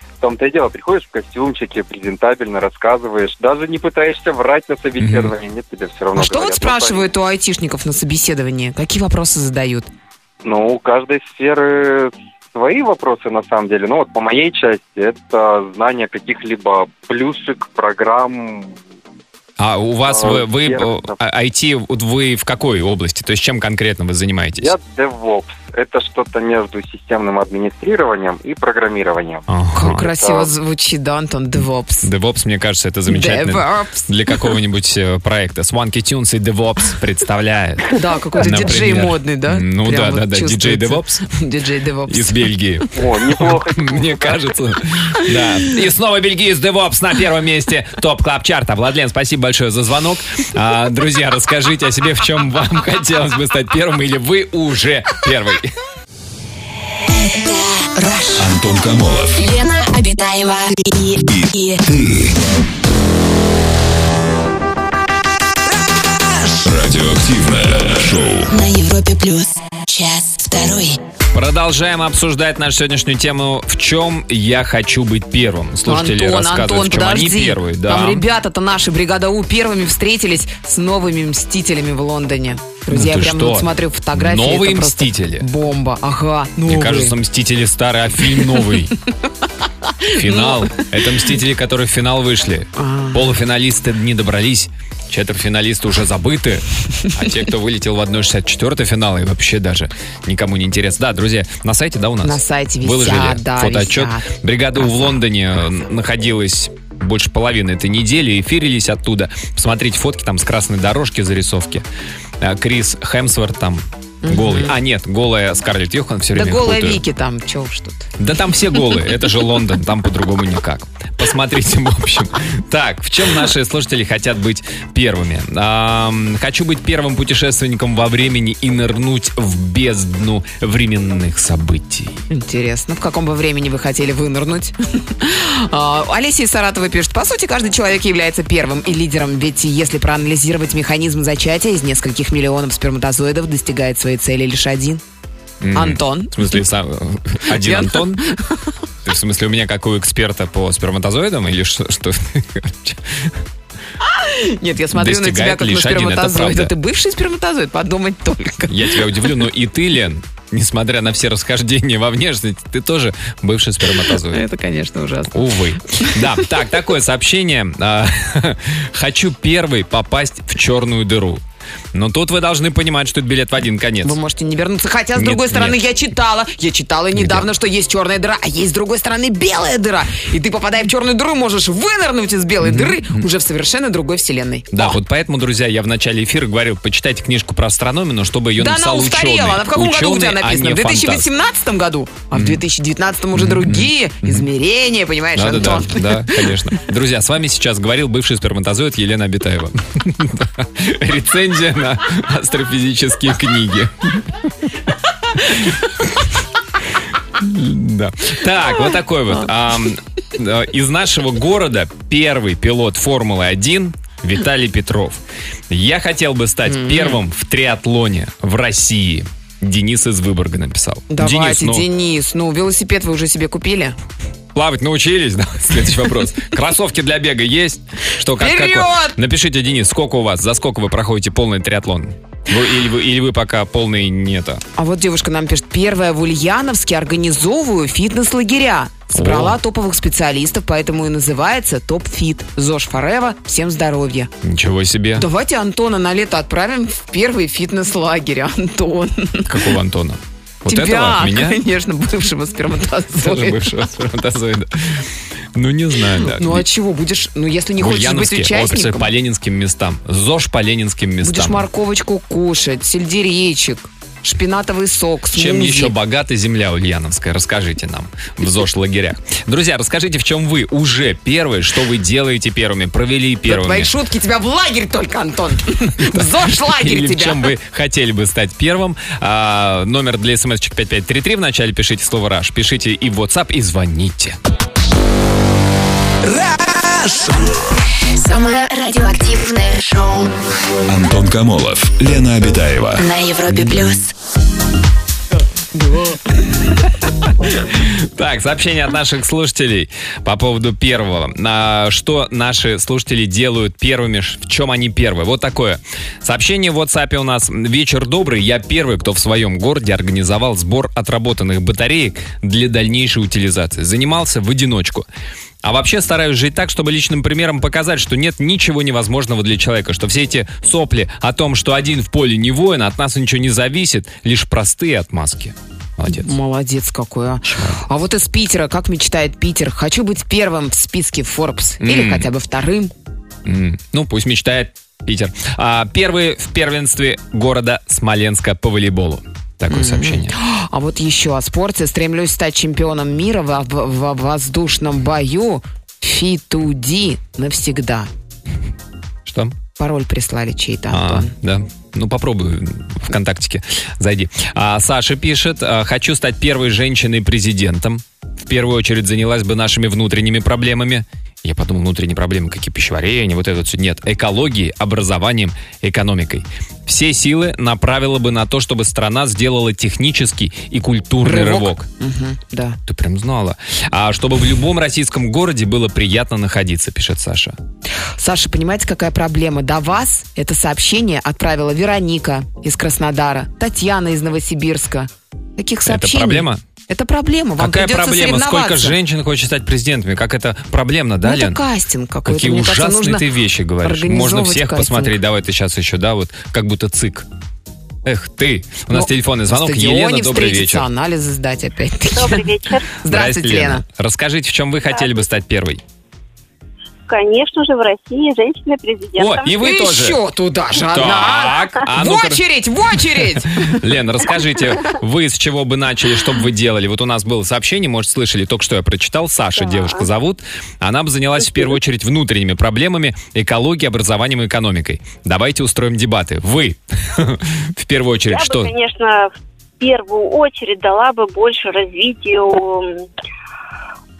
Speaker 7: В том-то и дело, приходишь в костюмчике, презентабельно рассказываешь, даже не пытаешься врать на собеседовании, нет, тебе все равно
Speaker 4: А что вот
Speaker 7: говорят, «Ну, парень,
Speaker 4: спрашивают у айтишников на собеседовании? Какие вопросы задают?
Speaker 7: Ну, у каждой сферы свои вопросы, на самом деле. Ну, вот по моей части, это знание каких-либо плюшек, программ.
Speaker 3: А у вас,
Speaker 7: А,
Speaker 3: вы, вы,
Speaker 7: я-
Speaker 3: э, а- IT, вот вы в какой области? То есть чем конкретно вы занимаетесь?
Speaker 7: Я DevOps. Это что-то между системным администрированием и программированием.
Speaker 4: Как
Speaker 3: Ага.
Speaker 4: красиво звучит, да, Антон, DevOps.
Speaker 3: DevOps, мне кажется, это замечательно
Speaker 4: DevOps.
Speaker 3: для какого-нибудь э, проекта. Swanky Tunes и DevOps представляет.
Speaker 4: (laughs) Да, какой-то
Speaker 3: Например.
Speaker 4: диджей модный, да?
Speaker 3: Ну
Speaker 4: Прям
Speaker 3: да,
Speaker 4: вот
Speaker 3: да, да, диджей
Speaker 4: чувствуется.
Speaker 3: DevOps
Speaker 4: (laughs) Диджей
Speaker 3: из
Speaker 4: DevOps.
Speaker 3: Бельгии.
Speaker 4: (laughs)
Speaker 7: О, неплохо.
Speaker 3: Мне кажется. Да. И снова Бельгия с DevOps на первом месте топ клаб чарта. Владлен, спасибо большое за звонок. А, друзья, расскажите о себе, в чем вам (laughs) хотелось бы стать первым, или вы уже первый.
Speaker 1: Rush.
Speaker 2: Антон Камолов.
Speaker 1: Лена Обитаева и, и
Speaker 2: Ты. Радиоактивное шоу.
Speaker 1: на Европе плюс. Час второй.
Speaker 3: Продолжаем обсуждать нашу сегодняшнюю тему «В чем я хочу быть первым?» Слушатели
Speaker 4: Антон,
Speaker 3: рассказывают,
Speaker 4: Антон,
Speaker 3: в чем
Speaker 4: подожди.
Speaker 3: они первые. Да.
Speaker 4: Там ребята-то наши, бригада У, первыми встретились с новыми «Мстителями» в Лондоне.
Speaker 3: Ну
Speaker 4: Друзья,
Speaker 3: ты
Speaker 4: я прям
Speaker 3: что?
Speaker 4: вот смотрю фотографии.
Speaker 3: Новые
Speaker 4: это просто
Speaker 3: «Мстители»?
Speaker 4: Бомба, ага.
Speaker 3: Мне
Speaker 4: новые.
Speaker 3: кажется, «Мстители» старый, а фильм новый. Финал. Это «Мстители», которые в финал вышли.
Speaker 4: А.
Speaker 3: Полуфиналисты не добрались. Четвертьфиналисты уже забыты. А те, кто вылетел в 1.64 финала, и вообще даже никому не интересно. Да, друзья, на сайте, да, у нас?
Speaker 4: На сайте висят,
Speaker 3: Выложили
Speaker 4: да,
Speaker 3: фотоотчет.
Speaker 4: висят.
Speaker 3: Бригада в
Speaker 4: Красава.
Speaker 3: Лондоне э, находилась больше половины этой недели, эфирились оттуда. Посмотрите фотки там с красной дорожки зарисовки. А, Крис Хемсворт там голый. А, нет, голая Скарлетт Йохан все
Speaker 4: Да
Speaker 3: время
Speaker 4: голая
Speaker 3: путаю.
Speaker 4: Вики там, чё уж тут.
Speaker 3: Да там все голые, это же Лондон, там по-другому никак. Посмотрите, в общем. Так, в чем наши слушатели хотят быть первыми? Ам, хочу быть первым путешественником во времени и нырнуть в бездну временных событий.
Speaker 4: Интересно, в каком бы времени вы хотели вынырнуть? (laughs) А, Олеся из Саратова пишет. По сути, каждый человек является первым и лидером, ведь если проанализировать механизм зачатия, из нескольких миллионов сперматозоидов достигает своей цели лишь один.
Speaker 3: М.
Speaker 4: Антон.
Speaker 3: В смысле, сам- один
Speaker 4: Я- (laughs)
Speaker 3: Антон? Ты в смысле, у меня как у эксперта по сперматозоидам или что? что? (laughs)
Speaker 4: Нет, я смотрю на тебя
Speaker 3: Достигает
Speaker 4: как на
Speaker 3: лишь один, это
Speaker 4: сперматозоида.
Speaker 3: правда.
Speaker 4: Ты бывший сперматозоид? Подумать только.
Speaker 3: Я тебя удивлю, но и ты, Лен, несмотря на все расхождения во внешности, ты тоже бывший сперматозоид.
Speaker 4: Это, конечно, ужасно.
Speaker 3: Увы.
Speaker 4: (laughs)
Speaker 3: Да, так, такое сообщение. А, (laughs) Хочу первый попасть в черную дыру. Но тут вы должны понимать, что это билет в один конец.
Speaker 4: Вы можете не вернуться. Хотя, с
Speaker 3: Нет,
Speaker 4: другой стороны,
Speaker 3: нет.
Speaker 4: я читала. Я читала недавно, что есть черная дыра, а есть, с другой стороны, белая дыра. И ты, попадая в черную дыру, можешь вынырнуть из белой дыры уже в совершенно другой вселенной.
Speaker 3: Да, вот поэтому, друзья, я в начале эфира говорил, почитайте книжку про астрономию, но чтобы ее
Speaker 4: да
Speaker 3: написал
Speaker 4: она устарела.
Speaker 3: ученый.
Speaker 4: Она в каком году у тебя
Speaker 3: Ученый, а
Speaker 4: написана?
Speaker 3: не
Speaker 4: в 2018 году. А в 2019 уже другие измерения, понимаешь,
Speaker 3: Да, да,
Speaker 4: Антон?
Speaker 3: да, да, конечно. Друзья, с вами сейчас говорил бывший сперматозоид Елена Абитаева. Рецензия на астрофизические книги. Да. Так, вот такой вот. Ам, э, Из нашего города первый пилот Формулы-1 Виталий Петров. Я хотел бы стать первым в триатлоне в России. Денис из Выборга написал.
Speaker 4: Давайте,
Speaker 3: ну,
Speaker 4: Денис ну... велосипед вы уже себе купили?
Speaker 3: Плавать научились? (laughs) Да, следующий вопрос. Кроссовки для бега есть? Что, как,
Speaker 4: Вперед!
Speaker 3: какое? Напишите, Денис, сколько у вас, за сколько вы проходите полный триатлон? Вы- или, вы, или вы пока полный не это?
Speaker 4: А вот девушка нам пишет, первая в Ульяновске организовываю фитнес-лагеря. Собрала
Speaker 3: О.
Speaker 4: топовых специалистов, поэтому и называется Топ-фит. ЗОЖ Форева, всем здоровья.
Speaker 3: Ничего себе.
Speaker 4: Давайте Антона на лето отправим в первый фитнес-лагерь, Антон.
Speaker 3: Какого Антона? Вот
Speaker 4: Тебя,
Speaker 3: этого? Меня?
Speaker 4: конечно,
Speaker 3: (laughs)
Speaker 4: бывшего
Speaker 3: Тоже
Speaker 4: сперматозоида. (laughs)
Speaker 3: бывшего сперматозоида. Ну, не знаю, да.
Speaker 4: Ну а чего будешь? Ну если не
Speaker 3: В
Speaker 4: хочешь быть
Speaker 3: Ульяновске. Ой, представь,
Speaker 4: участником,
Speaker 3: по ленинским местам. ЗОЖ по ленинским местам.
Speaker 4: будешь морковочку кушать, сельдерейчик, шпинатовый сок,
Speaker 3: Чем
Speaker 4: смузи.
Speaker 3: еще богата земля Ульяновская? Расскажите нам в ЗОЖ-лагерях. Друзья, расскажите, в чем вы уже первые, что вы делаете первыми, провели
Speaker 4: Да
Speaker 3: первыми.
Speaker 4: Твои шутки тебя в лагерь
Speaker 3: (laughs)
Speaker 4: только, Антон. В ЗОЖ лагерь
Speaker 3: Или в
Speaker 4: тебя.
Speaker 3: чем вы хотели бы стать первым. А, номер для смс-чик 5533. Вначале пишите слово «Раш». Пишите и в WhatsApp, и звоните.
Speaker 1: Самое радиоактивное шоу
Speaker 2: Антон Камолов. Лена Обитаева.
Speaker 1: на Европе плюс.
Speaker 3: Так, сообщение от наших слушателей по поводу первого. А, что наши слушатели делают первыми, ш- в чем они первые? Вот такое. Сообщение в WhatsApp у нас. Вечер добрый. Я первый, кто в своем городе организовал сбор отработанных батареек для дальнейшей утилизации. Занимался в одиночку. А вообще стараюсь жить так, чтобы личным примером показать, что нет ничего невозможного для человека, что все эти сопли о том, что один в поле не воин, от нас ничего не зависит, лишь простые отмазки. Молодец.
Speaker 4: Молодец какой, а. А вот из Питера, как мечтает Питер, хочу быть первым в списке Forbes. Или
Speaker 3: М.
Speaker 4: хотя бы вторым.
Speaker 3: М, Ну, пусть мечтает Питер. А, первый в первенстве города Смоленска по волейболу. Такое сообщение.
Speaker 4: А вот еще о спорте. Стремлюсь стать чемпионом мира во- в во воздушном бою. Фитуди навсегда.
Speaker 3: Что?
Speaker 4: пароль прислали чей-то,
Speaker 3: А,
Speaker 4: Антон.
Speaker 3: да. Ну, попробуй ВКонтактике. Зайди. А, Саша пишет, а, хочу стать первой женщиной-президентом. В первую очередь занялась бы нашими внутренними проблемами. Я подумал, внутренние проблемы, какие пищеварение, вот это все. Нет, экологией, образованием, экономикой. Все силы направила бы на то, чтобы страна сделала технический и культурный
Speaker 4: Рывок.
Speaker 3: рывок.
Speaker 4: Мгм, да.
Speaker 3: Ты прям знала. А чтобы в любом российском городе было приятно находиться, пишет Саша.
Speaker 4: Саша, понимаете, какая проблема? До вас это сообщение отправила Вероника из Краснодара, Татьяна из Новосибирска. Таких сообщений.
Speaker 3: Это проблема?
Speaker 4: Это проблема. Вам
Speaker 3: Какая
Speaker 4: придется
Speaker 3: проблема? Сколько
Speaker 4: соревноваться.
Speaker 3: женщин хочет стать президентами? Как это проблемно,
Speaker 4: Ну,
Speaker 3: да,
Speaker 4: это
Speaker 3: Лен?
Speaker 4: кастинг какой-то.
Speaker 3: Какие
Speaker 4: Мне
Speaker 3: ужасные
Speaker 4: кажется, нужно
Speaker 3: ты вещи говоришь. Можно
Speaker 4: организовывать
Speaker 3: всех
Speaker 4: кастинг.
Speaker 3: посмотреть. Давай ты сейчас еще, да, вот как будто цик. Эх, ты. У нас
Speaker 4: Ну,
Speaker 3: телефонный
Speaker 4: на
Speaker 3: звонок.
Speaker 4: стадионе
Speaker 3: Елена, добрый
Speaker 4: встретиться,
Speaker 3: вечер.
Speaker 4: анализы сдать опять-таки.
Speaker 8: Добрый вечер.
Speaker 4: Здравствуйте, Лена.
Speaker 3: Расскажите, в чем вы хотели бы стать первой?
Speaker 8: Конечно же, в России женщина
Speaker 3: О,
Speaker 8: президентом.
Speaker 3: и вы тоже.
Speaker 4: Еще туда же одна.
Speaker 3: Так, а
Speaker 4: в
Speaker 3: ну-ка,
Speaker 4: очередь,
Speaker 3: (laughs)
Speaker 4: в очередь!
Speaker 3: Лен, расскажите, вы с чего бы начали, что бы вы делали? Вот у нас было сообщение, может, слышали, только что я прочитал, Саша,
Speaker 8: Да.
Speaker 3: девушка зовут, она бы занялась в первую очередь внутренними проблемами, экологией, образованием и экономикой. Давайте устроим дебаты. Вы (laughs) в первую
Speaker 8: Я
Speaker 3: очередь
Speaker 8: бы,
Speaker 3: что?
Speaker 8: конечно, в первую очередь дала бы больше развитию, м,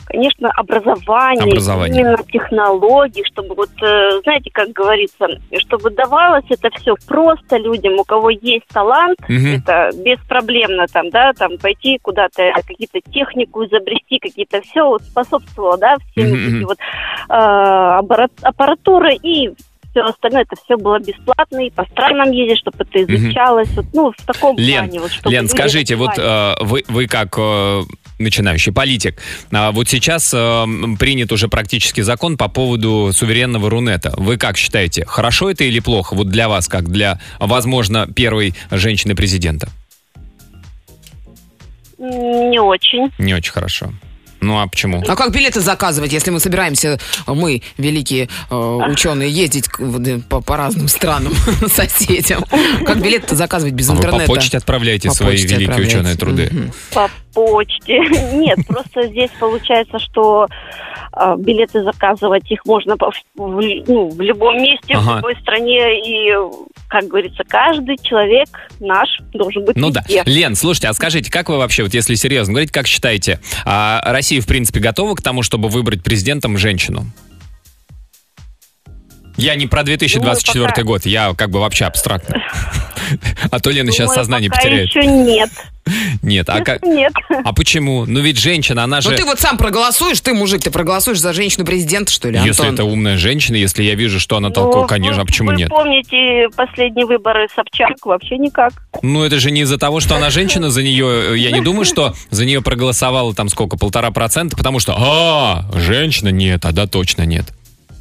Speaker 8: конечно, образования,
Speaker 3: Образования.
Speaker 8: именно технологий, чтобы вот, э, знаете, как говорится, чтобы давалось это все просто людям, у кого есть талант,
Speaker 3: Мгм.
Speaker 8: это беспроблемно там, да, там пойти куда-то, какие-то технику изобрести, какие-то все вот способствовало, да, все
Speaker 3: Мгм,
Speaker 8: вот эти
Speaker 3: мгм.
Speaker 8: вот э, аппарат, аппаратура и все остальное, это все было бесплатно, и по странам ездить, чтобы это изучалось, вот, ну, в таком
Speaker 3: Лен,
Speaker 8: плане. Вот, чтобы
Speaker 3: Лен,
Speaker 8: люди
Speaker 3: скажите, вот
Speaker 8: развивались.
Speaker 3: э, вы, вы как э, начинающий политик, а вот сейчас э, м, принят уже практически закон по поводу суверенного Рунета. Вы как считаете, хорошо это или плохо? Вот для вас, как для, возможно, первой женщины-президента?
Speaker 8: М, Не очень.
Speaker 3: Не очень хорошо. Ну а почему?
Speaker 4: А как билеты заказывать, если мы собираемся, э, мы, великие э, ученые, ездить к- в- э, по, по разным странам, (laughs) соседям? Как билеты заказывать без
Speaker 3: А вы по
Speaker 4: интернета?
Speaker 3: почте отправляете
Speaker 4: По
Speaker 3: свои
Speaker 4: почте
Speaker 3: великие
Speaker 4: отправлять.
Speaker 3: ученые труды.
Speaker 4: Мгм.
Speaker 8: По почте. (laughs) Нет, просто здесь получается, что э, билеты заказывать их можно по- в, ну, в любом месте,
Speaker 3: Ага.
Speaker 8: в любой стране. И, как говорится, каждый человек наш должен быть
Speaker 3: Ну да.
Speaker 8: везде.
Speaker 3: Лен, слушайте, а скажите, как вы вообще, вот если серьезно говорить, как считаете, а Россия, в принципе, готова к тому, чтобы выбрать президентом женщину? Я не про 2024
Speaker 8: Думаю, пока-
Speaker 3: год, я как бы вообще абстрактно. А то Лена сейчас
Speaker 8: Думаю,
Speaker 3: сознание
Speaker 8: пока
Speaker 3: потеряет.
Speaker 8: еще нет.
Speaker 3: Нет, а как...
Speaker 8: Нет.
Speaker 3: А почему? Ну ведь женщина, она
Speaker 4: Ну
Speaker 3: же...
Speaker 4: ты вот сам проголосуешь, ты, мужик, ты проголосуешь за женщину-президента, что ли,
Speaker 3: Если
Speaker 4: Антон?
Speaker 3: это умная женщина, если я вижу, что она
Speaker 8: Ну,
Speaker 3: толковая, конечно, а
Speaker 8: вы-
Speaker 3: почему
Speaker 8: вы
Speaker 3: нет?
Speaker 8: помните последние выборы Собчак? Вообще никак.
Speaker 3: Ну, это же не из-за того, что она женщина, за нее, э, я не думаю, что за нее проголосовало там сколько, полтора процента, потому что, а, женщина нет, а да, точно нет.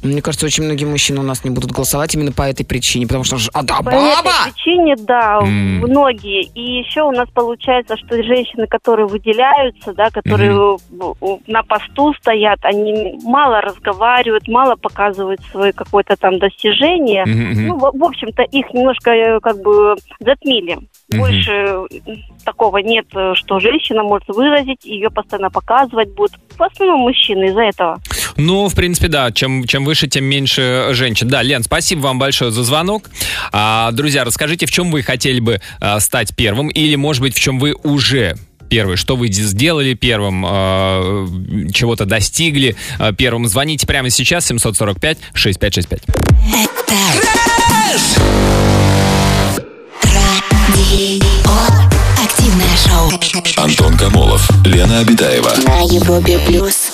Speaker 4: Мне кажется, очень многие мужчины у нас не будут голосовать именно по этой причине, потому что, а да,
Speaker 8: По этой
Speaker 4: баба!
Speaker 8: причине, да,
Speaker 3: М.
Speaker 8: многие. И еще у нас получается, что женщины, которые выделяются, да, которые у- у- на посту стоят, они мало разговаривают, мало показывают свои какое-то там достижение.
Speaker 3: Мгм, мгм.
Speaker 8: Ну, в, в общем-то, их немножко э, как бы затмили.
Speaker 3: Мгм.
Speaker 8: Больше э, такого нет, э, что женщина может выразить, ее постоянно показывать будут. В основном мужчины из-за этого.
Speaker 3: Ну, в принципе, да, чем, чем выше, тем меньше женщин. Да, Лен, спасибо вам большое за звонок. А, друзья, расскажите, в чем вы хотели бы а, стать первым, или, может быть, в чем вы уже первый, что вы де- сделали первым, а, чего-то достигли а, первым. Звоните прямо сейчас, 745-6565.
Speaker 1: Это Радио. Активное шоу.
Speaker 2: Антон Камолов, Лена Обитаева.
Speaker 1: На Европе плюс.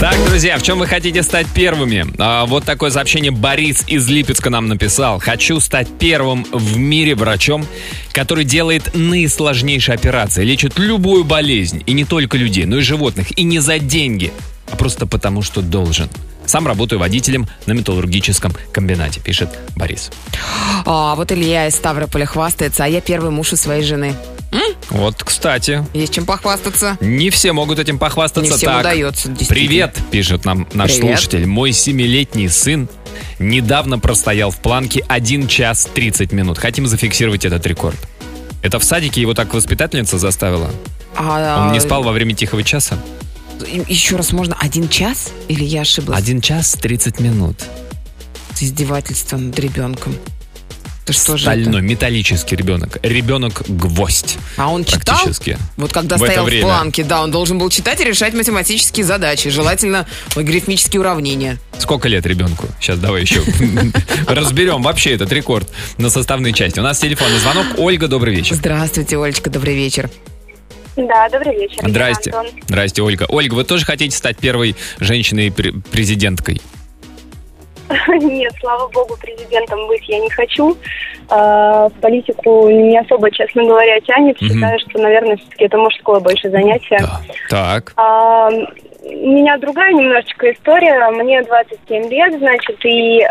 Speaker 3: Так, друзья, в чем вы хотите стать первыми? А, вот такое сообщение Борис из Липецка нам написал. Хочу стать первым в мире врачом, который делает наисложнейшие операции, лечит любую болезнь, и не только людей, но и животных, и не за деньги, а просто потому, что должен. Сам работаю водителем на металлургическом комбинате, пишет Борис.
Speaker 4: А вот Илья из Ставрополя хвастается, а я первый муж у своей жены.
Speaker 3: Вот, кстати,
Speaker 4: Есть чем похвастаться.
Speaker 3: не все могут этим
Speaker 4: Не
Speaker 3: похвастаться.
Speaker 4: всем
Speaker 3: так,
Speaker 4: удается. действительно.
Speaker 3: Привет, пишет нам наш
Speaker 4: Привет.
Speaker 3: слушатель. Мой семилетний сын недавно простоял в планке 1 час 30 минут. Хотим зафиксировать этот рекорд. Это в садике его так воспитательница заставила.
Speaker 4: А,
Speaker 3: Он не спал во время тихого часа.
Speaker 4: и- Еще раз можно один час? Или я ошиблась?
Speaker 3: 1 час 30 минут.
Speaker 4: это издевательство над ребенком. Ты что же это?
Speaker 3: Стальной, металлический ребенок. Ребенок-гвоздь
Speaker 4: А он читал?
Speaker 3: практически.
Speaker 4: Вот когда
Speaker 3: В это
Speaker 4: стоял в
Speaker 3: время.
Speaker 4: планке, да, он должен был читать и решать математические задачи, желательно логарифмические уравнения.
Speaker 3: Сколько лет ребенку? Сейчас давай (laughs) еще разберем вообще этот рекорд на составные части. У нас телефонный звонок. Ольга, добрый вечер.
Speaker 4: Здравствуйте, Олечка, добрый вечер.
Speaker 9: Да, добрый вечер. Елена
Speaker 3: Здрасте.
Speaker 9: Антон.
Speaker 3: Здрасте, Ольга. Ольга, вы тоже хотите стать первой женщиной-президенткой?
Speaker 9: (laughs) Нет, слава богу, президентом быть я не хочу. А, В политику не особо, честно говоря, тянет.
Speaker 3: Мгм.
Speaker 9: Считаю, что, наверное, все-таки это мужское больше занятие.
Speaker 3: Так.
Speaker 9: А, У меня другая немножечко история. Мне 27 лет, значит, и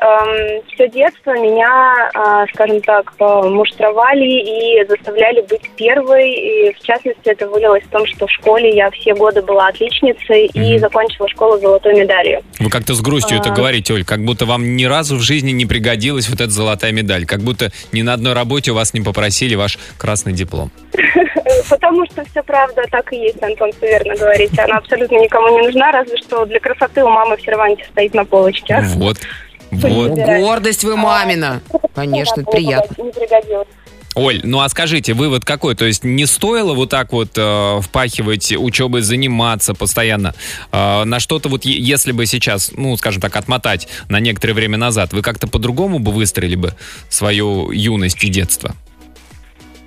Speaker 9: все детство меня, а, скажем так, а, муштровали и заставляли быть первой. И, в частности, это вылилось в том, что в школе я все годы была отличницей
Speaker 3: Мгм.
Speaker 9: и закончила школу с золотой медалью.
Speaker 3: Вы как-то с грустью это
Speaker 9: А.
Speaker 3: говорите, Оль. Как будто вам ни разу в жизни не пригодилась вот эта золотая медаль. Как будто ни на одной работе у вас не попросили ваш красный диплом.
Speaker 9: Э, Потому что все правда так и есть, Антон, все верно говорите. Она абсолютно никому не нужна, разве что для красоты у мамы в серванте стоит на полочке.
Speaker 3: Вот. Вот.
Speaker 9: Спасибо.
Speaker 4: Гордость вы мамина. Конечно, это приятно.
Speaker 9: Не пригодилось.
Speaker 3: Оль, ну а скажите, вывод какой? То есть не стоило вот так вот э, впахивать учебой, заниматься постоянно? Э, на что-то вот, е- если бы сейчас, ну, скажем так, отмотать на некоторое время назад, вы как-то по-другому бы выстроили бы свою юность и детство?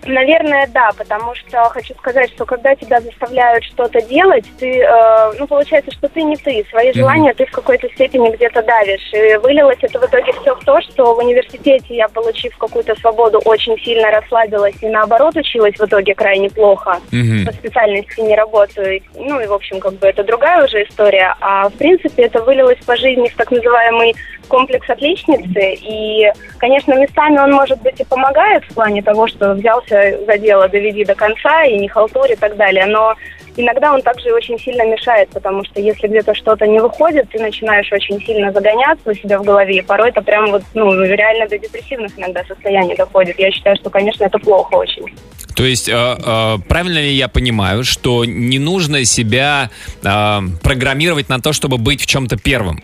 Speaker 9: Наверное, да, потому что хочу сказать, что когда тебя заставляют что-то делать, ты, э, ну, получается, что ты не ты, свои желания ты в какой-то степени где-то давишь. И вылилось это в итоге все в то, что в университете я, получив какую-то свободу, очень сильно расслабилась и наоборот училась в итоге крайне плохо.
Speaker 3: Мгм.
Speaker 9: по специальности не работаю. Ну и, в общем, как бы это другая уже история. А, в принципе, это вылилось по жизни в так называемый комплекс отличницы. И, конечно, местами он, может быть, и помогает в плане того, что взялся за дело, доведи до конца и не халтурь и так далее. Но иногда он также и очень сильно мешает, потому что если где-то что-то не выходит, ты начинаешь очень сильно загоняться у себя в голове. И порой это прям вот, ну, реально до депрессивных иногда состояний доходит. Я считаю, что, конечно, это плохо очень.
Speaker 3: То есть, э, э, правильно ли я понимаю, что не нужно себя э, программировать на то, чтобы быть в чем-то первым?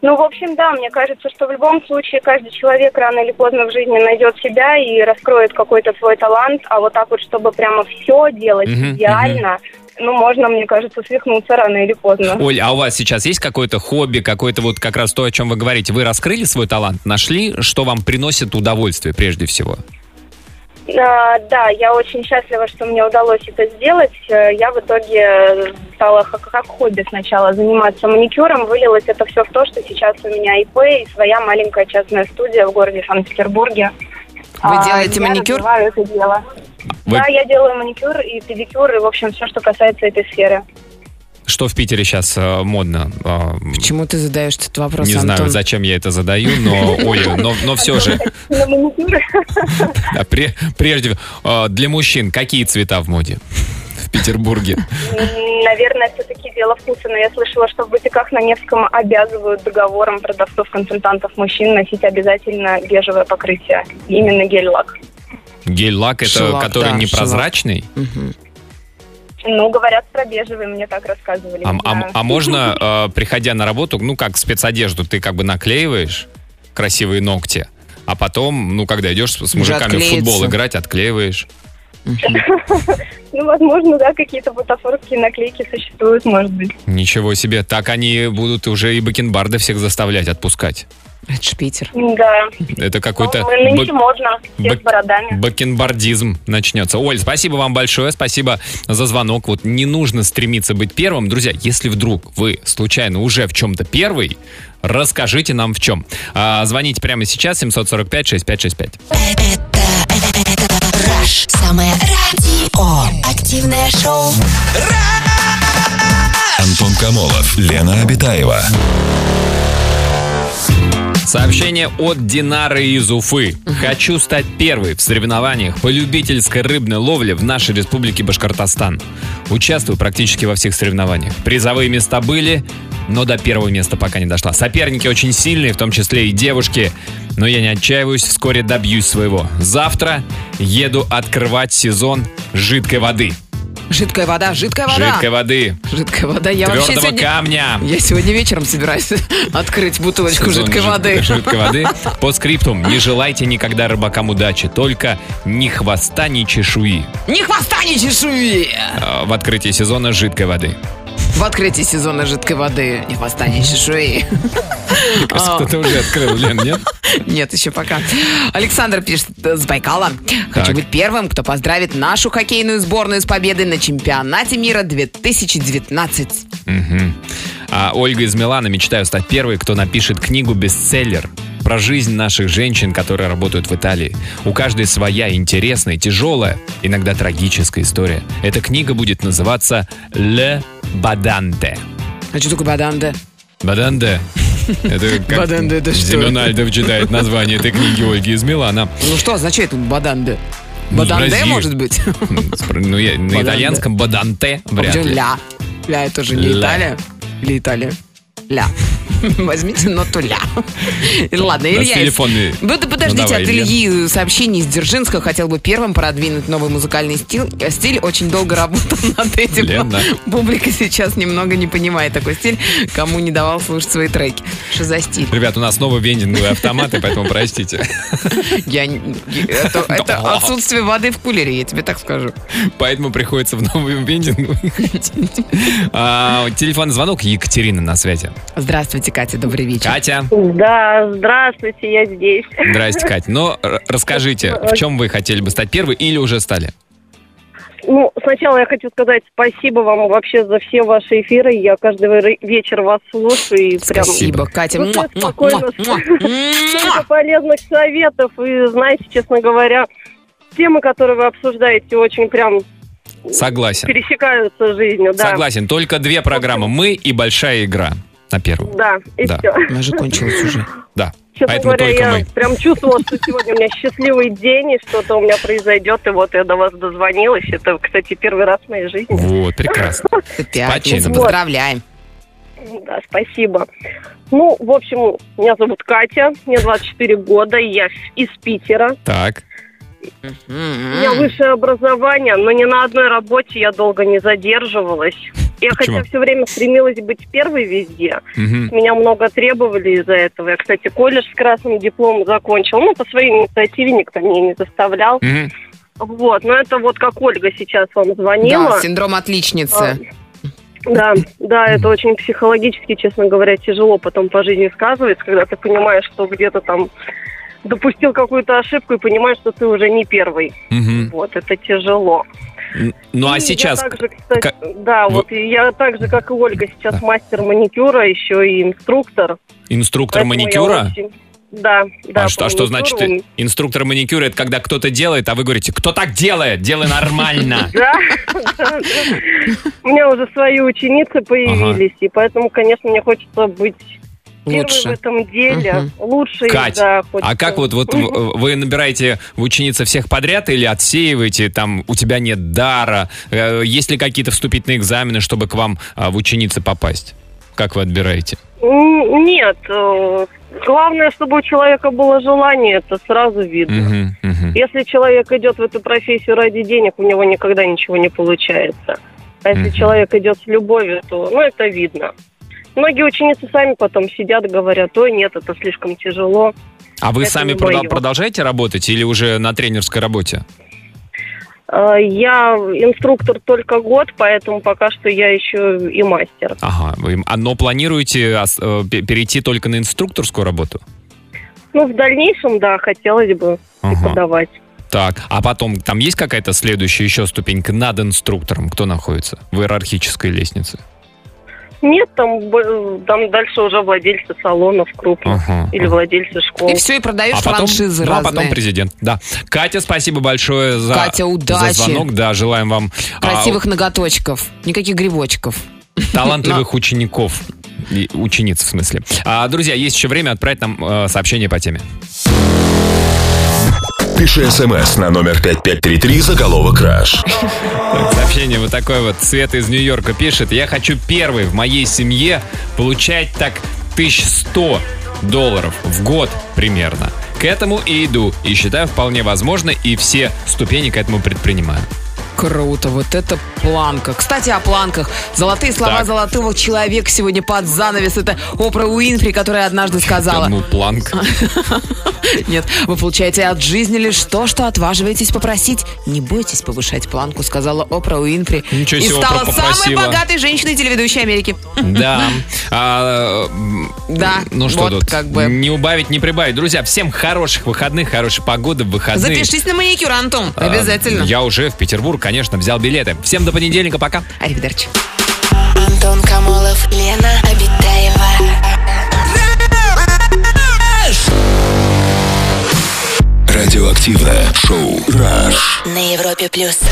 Speaker 9: Ну, в общем, да, мне кажется, что в любом случае каждый человек рано или поздно в жизни найдет себя и раскроет какой-то свой талант, а вот так вот, чтобы прямо все делать
Speaker 3: Мгм,
Speaker 9: идеально, ну, можно, мне кажется, свихнуться рано или поздно.
Speaker 3: Оль, а у вас сейчас есть какое-то хобби, какое-то вот как раз то, о чем вы говорите? Вы раскрыли свой талант, нашли, что вам приносит удовольствие прежде всего?
Speaker 9: А, да, я очень счастлива, что мне удалось это сделать. Э, Я в итоге стала ха- как, хобби сначала заниматься маникюром. Вылилось это все в то, что сейчас у меня ИП и своя маленькая частная студия в городе Санкт-Петербурге.
Speaker 4: Вы
Speaker 9: А,
Speaker 4: делаете
Speaker 9: я
Speaker 4: маникюр?
Speaker 9: развиваю это дело.
Speaker 3: Вы-
Speaker 9: Да, я делаю маникюр и педикюр, и, в общем, все, что касается этой сферы.
Speaker 3: Что в Питере сейчас э, модно? Э,
Speaker 4: Почему ты задаешь этот вопрос,
Speaker 3: не
Speaker 4: Антон?
Speaker 3: знаю, зачем я это задаю,
Speaker 4: (laughs)
Speaker 3: но, Оля, но, но все же,
Speaker 9: На маникюр?
Speaker 3: да, пре- прежде, э, для мужчин какие цвета в моде в Петербурге?
Speaker 9: М, Наверное, все-таки дело вкуса, но я слышала, что в бутиках на Невском обязывают договором продавцов-консультантов мужчин носить обязательно бежевое покрытие, именно гель-лак.
Speaker 3: Гель-лак, это
Speaker 4: Шелак,
Speaker 3: который
Speaker 4: да,
Speaker 3: непрозрачный?
Speaker 4: Мгм.
Speaker 9: Ну, говорят про бежевый, мне так рассказывали.
Speaker 3: А,
Speaker 9: не
Speaker 3: а-
Speaker 9: знаю.
Speaker 3: а можно, э, приходя на работу, ну, как спецодежду, ты как бы наклеиваешь красивые ногти, а потом, ну, когда идешь с с мужиками в
Speaker 4: отклеится.
Speaker 3: футбол играть, отклеиваешь.
Speaker 9: Ну, возможно, да, какие-то бутафорские наклейки существуют, может быть.
Speaker 3: Ничего себе. Так они будут уже и бакенбарды всех заставлять отпускать.
Speaker 4: Это ж Питер.
Speaker 9: Да.
Speaker 3: Это какой-то
Speaker 9: Ну, мы нынче
Speaker 3: бак-
Speaker 9: модно, все
Speaker 3: бэк-
Speaker 9: с бородами.
Speaker 3: бакенбардизм начнется. Оль, спасибо вам большое, спасибо за звонок. Вот не нужно стремиться быть первым. Друзья, если вдруг вы случайно уже в чем-то первый, расскажите нам в чем. А, звоните прямо сейчас 745-6565.
Speaker 1: Это, это, это, это Rush. Самое радио. Активное шоу.
Speaker 2: Антон Камолов, Лена Обитаева.
Speaker 3: Сообщение от Динары из Уфы. Хочу стать первой в соревнованиях по любительской рыбной ловле в нашей республике Башкортостан. Участвую практически во всех соревнованиях. Призовые места были, но до первого места пока не дошла. Соперники очень сильные, в том числе и девушки. Но я не отчаиваюсь, вскоре добьюсь своего. Завтра еду открывать сезон жидкой воды.
Speaker 4: Жидкая вода, жидкая вода.
Speaker 3: Жидкой воды,
Speaker 4: Жидкая вода. Я вообще
Speaker 3: твердого
Speaker 4: сегодня...
Speaker 3: камня.
Speaker 4: Я сегодня вечером собираюсь (laughs) открыть бутылочку
Speaker 3: Сезон
Speaker 4: жидкой
Speaker 3: жид- (laughs)
Speaker 4: воды.
Speaker 3: Жидкой воды. По скриптум. Не желайте никогда рыбакам удачи. Только ни хвоста, ни чешуи.
Speaker 4: Ни хвоста, ни чешуи!
Speaker 3: Э, В открытии сезона жидкой воды.
Speaker 4: В открытии сезона жидкой воды ни хвоста, ни чешуи. (laughs) А.
Speaker 3: Кто-то уже открыл, Лен, нет?
Speaker 4: Нет, еще пока. Александр пишет э, с Байкала. Хочу
Speaker 3: Так.
Speaker 4: быть первым, кто поздравит нашу хоккейную сборную с победой на чемпионате мира 2019.
Speaker 3: Мгм. А Ольга из Милана мечтаю стать первой, кто напишет книгу бестселлер про жизнь наших женщин, которые работают в Италии. У каждой своя интересная, тяжелая, иногда трагическая история. Эта книга будет называться «Ле Баданте».
Speaker 4: А что такое баданда?
Speaker 3: Баданте.
Speaker 4: (laughs)
Speaker 3: Это как
Speaker 4: Баданте, это что?
Speaker 3: Семен Альдов читает название этой книги Ольги из Милана.
Speaker 4: Ну что означает тут баданда?
Speaker 3: Не
Speaker 4: Баданде,
Speaker 3: Бразилия.
Speaker 4: может
Speaker 3: (laughs)
Speaker 4: быть?
Speaker 3: Ну, я- на
Speaker 4: Баданте.
Speaker 3: итальянском «баданте» вряд
Speaker 4: А почему
Speaker 3: ли.
Speaker 4: ля? Ля это же не
Speaker 3: Ля.
Speaker 4: Италия? Или Италия? Ля. (laughs) Возьмите ноту ля. Ладно,
Speaker 3: У нас
Speaker 4: Илья. из- (laughs)
Speaker 3: телефонные.
Speaker 4: Вы да подождите,
Speaker 3: Ну, давай,
Speaker 4: от
Speaker 3: Илья.
Speaker 4: Ильи сообщение из Дзержинска. Хотел бы первым продвинуть новый музыкальный стиль. стиль. Очень долго работал (laughs) над этим.
Speaker 3: Лена.
Speaker 4: Публика сейчас немного не понимает такой стиль, кому не давал слушать свои треки. Что за стиль?
Speaker 3: Ребят, у нас снова вендинговые автоматы, поэтому простите.
Speaker 4: (laughs) Я, не- это,
Speaker 3: (laughs)
Speaker 4: это
Speaker 3: Да.
Speaker 4: отсутствие воды в кулере, я тебе так скажу.
Speaker 3: Поэтому приходится в новую вендинг ходить. А, Телефонный звонок. Екатерина на связи.
Speaker 4: Здравствуйте, Катя, добрый вечер.
Speaker 3: Катя.
Speaker 10: Да, здравствуйте, я здесь.
Speaker 3: Здрасте, Катя. Но р- расскажите, в чем вы хотели бы стать первой или уже стали?
Speaker 10: Ну, сначала я хочу сказать спасибо вам вообще за все ваши эфиры. Я каждый ве- вечер вас слушаю и прям
Speaker 4: Спасибо, Катя.
Speaker 10: Ну,
Speaker 4: Муа,
Speaker 10: так
Speaker 4: муа,
Speaker 10: спокойно.
Speaker 4: муа, муа.
Speaker 10: столько полезных советов. И знаете, честно говоря, темы, которые вы обсуждаете, очень прям
Speaker 3: Согласен.
Speaker 10: пересекаются с жизнью. Да.
Speaker 3: Согласен. Только две программы. Мы и большая игра. На первую.
Speaker 10: Да, и
Speaker 3: Да.
Speaker 10: все.
Speaker 4: Она же кончилась уже.
Speaker 3: Да.
Speaker 10: Честно
Speaker 3: Поэтому
Speaker 10: говоря,
Speaker 3: только
Speaker 10: я
Speaker 3: мы.
Speaker 10: прям чувствовала, что сегодня у меня счастливый день, и что-то у меня произойдет, и вот я до вас дозвонилась. Это, кстати, первый раз в моей жизни.
Speaker 3: Вот, прекрасно.
Speaker 4: Это пятница.
Speaker 3: почином.
Speaker 4: Поздравляем.
Speaker 10: Да, спасибо. Ну, в общем, меня зовут Катя, мне 24 года, и я из Питера.
Speaker 3: Так.
Speaker 10: У меня высшее образование, но ни на одной работе я долго не задерживалась. Я
Speaker 3: Почему?
Speaker 10: хотя все время стремилась быть первой везде.
Speaker 3: Мгм.
Speaker 10: Меня много требовали из-за этого. Я, кстати, колледж с красным дипломом закончила. Ну, по своей инициативе никто меня не заставлял.
Speaker 3: Мгм.
Speaker 10: Вот, но это вот как Ольга сейчас вам
Speaker 4: Да,
Speaker 10: звонила.
Speaker 4: синдром
Speaker 10: А,
Speaker 4: отличницы.
Speaker 10: Да, да, это очень психологически, честно говоря, тяжело потом по жизни сказывается, когда ты понимаешь, что где-то там допустил какую-то ошибку и понимаешь, что ты уже не первый.
Speaker 3: Мгм.
Speaker 10: Вот, это тяжело.
Speaker 3: Н- Ну а
Speaker 10: И я
Speaker 3: сейчас...
Speaker 10: также, кстати,
Speaker 3: как-
Speaker 10: Да, вот и я так же, как и Ольга, сейчас мастер маникюра, еще и инструктор.
Speaker 3: Инструктор
Speaker 10: Поэтому я
Speaker 3: маникюра?
Speaker 10: очень- Да, да.
Speaker 3: а, что,
Speaker 10: по
Speaker 3: а что
Speaker 10: маникюру.
Speaker 3: значит э, инструктор маникюра? Это когда кто-то делает, а вы говорите, кто так делает? Делай
Speaker 10: (laughs)
Speaker 3: нормально.
Speaker 10: Да, да, да. У меня уже свои ученицы появились, и поэтому, конечно, мне хочется быть первой в
Speaker 4: Лучше.
Speaker 10: этом деле. Лучшей,
Speaker 3: Кать,
Speaker 10: да, э,
Speaker 3: А
Speaker 10: хочется.
Speaker 3: как вот, вот в- вы набираете в ученицы всех подряд или отсеиваете, там, у тебя нет дара? Э, Есть ли какие-то вступительные экзамены, чтобы к вам а, в ученицы попасть? Как вы отбираете?
Speaker 10: М, Нет, э, главное, чтобы у человека было желание, это сразу видно.
Speaker 3: Мгм, мгм.
Speaker 10: Если человек идет в эту профессию ради денег, у него никогда ничего не получается. А если
Speaker 3: Мгм.
Speaker 10: человек идет с любовью, то, ну, это видно. Многие ученицы сами потом сидят, говорят, ой, нет, это слишком тяжело.
Speaker 3: А вы
Speaker 10: это
Speaker 3: сами
Speaker 10: не
Speaker 3: прода-
Speaker 10: мое.
Speaker 3: продолжаете работать или уже на тренерской работе?
Speaker 10: Э, Я инструктор только год, поэтому пока что я еще и мастер.
Speaker 3: Ага. вы- а, Но планируете ос- э, пе- перейти только на инструкторскую работу?
Speaker 10: Ну, в дальнейшем, да, хотелось бы
Speaker 3: Ага.
Speaker 10: подавать.
Speaker 3: Так, а потом там есть какая-то следующая еще ступенька над инструктором? Кто находится в иерархической лестнице?
Speaker 10: Нет, там, б- там дальше уже владельцы салонов крупных
Speaker 3: Ага.
Speaker 10: или владельцы школ.
Speaker 4: И все, и продаешь
Speaker 3: А потом,
Speaker 4: франшизы
Speaker 3: ну, а потом
Speaker 4: разные.
Speaker 3: президент. Да. Катя, спасибо большое за,
Speaker 4: Катя, удачи.
Speaker 3: за звонок. Да, желаем вам а,
Speaker 4: Красивых ноготочков. Никаких грибочков. (laughs)
Speaker 3: талантливых учеников. И учениц, в смысле. А, друзья, есть еще время отправить нам э, сообщение по теме.
Speaker 2: Пиши смс на номер 5533 заголовок «Краш».
Speaker 3: Так, сообщение вот такое вот. Света из Нью-Йорка пишет. Я хочу первый в моей семье получать так 1100 долларов в год примерно. К этому и иду. И считаю вполне возможно, и все ступени к этому предпринимаю.
Speaker 4: Круто, вот это планка. Кстати, о планках. Золотые слова
Speaker 3: Так.
Speaker 4: золотого человека сегодня под занавес. Это Опра Уинфри, которая однажды сказала.
Speaker 3: Ну,
Speaker 4: (laughs)
Speaker 3: планк.
Speaker 4: Нет, вы получаете от жизни лишь то, что отваживаетесь попросить. Не бойтесь повышать планку, сказала Опра Уинфри.
Speaker 3: Ничего
Speaker 4: И
Speaker 3: себе,
Speaker 4: стала
Speaker 3: Опра
Speaker 4: самой
Speaker 3: попросила.
Speaker 4: богатой женщиной-телеведущей Америки. Хм.
Speaker 3: Да. А, м,
Speaker 4: Да,
Speaker 3: Ну что
Speaker 4: вот
Speaker 3: тут?
Speaker 4: как бы.
Speaker 3: Не убавить, не прибавить. Друзья, всем хороших выходных, хорошей погоды в выходные.
Speaker 4: Запишись на маникюр, Антон.
Speaker 3: А,
Speaker 4: Обязательно.
Speaker 3: Я уже в Петербург, конечно, взял билеты. Всем до понедельника, пока.
Speaker 4: Аривидерчи.
Speaker 1: Антон Камолов, Лена Обитаева.
Speaker 2: Радиоактивное шоу «Раш».
Speaker 1: На Европе плюс.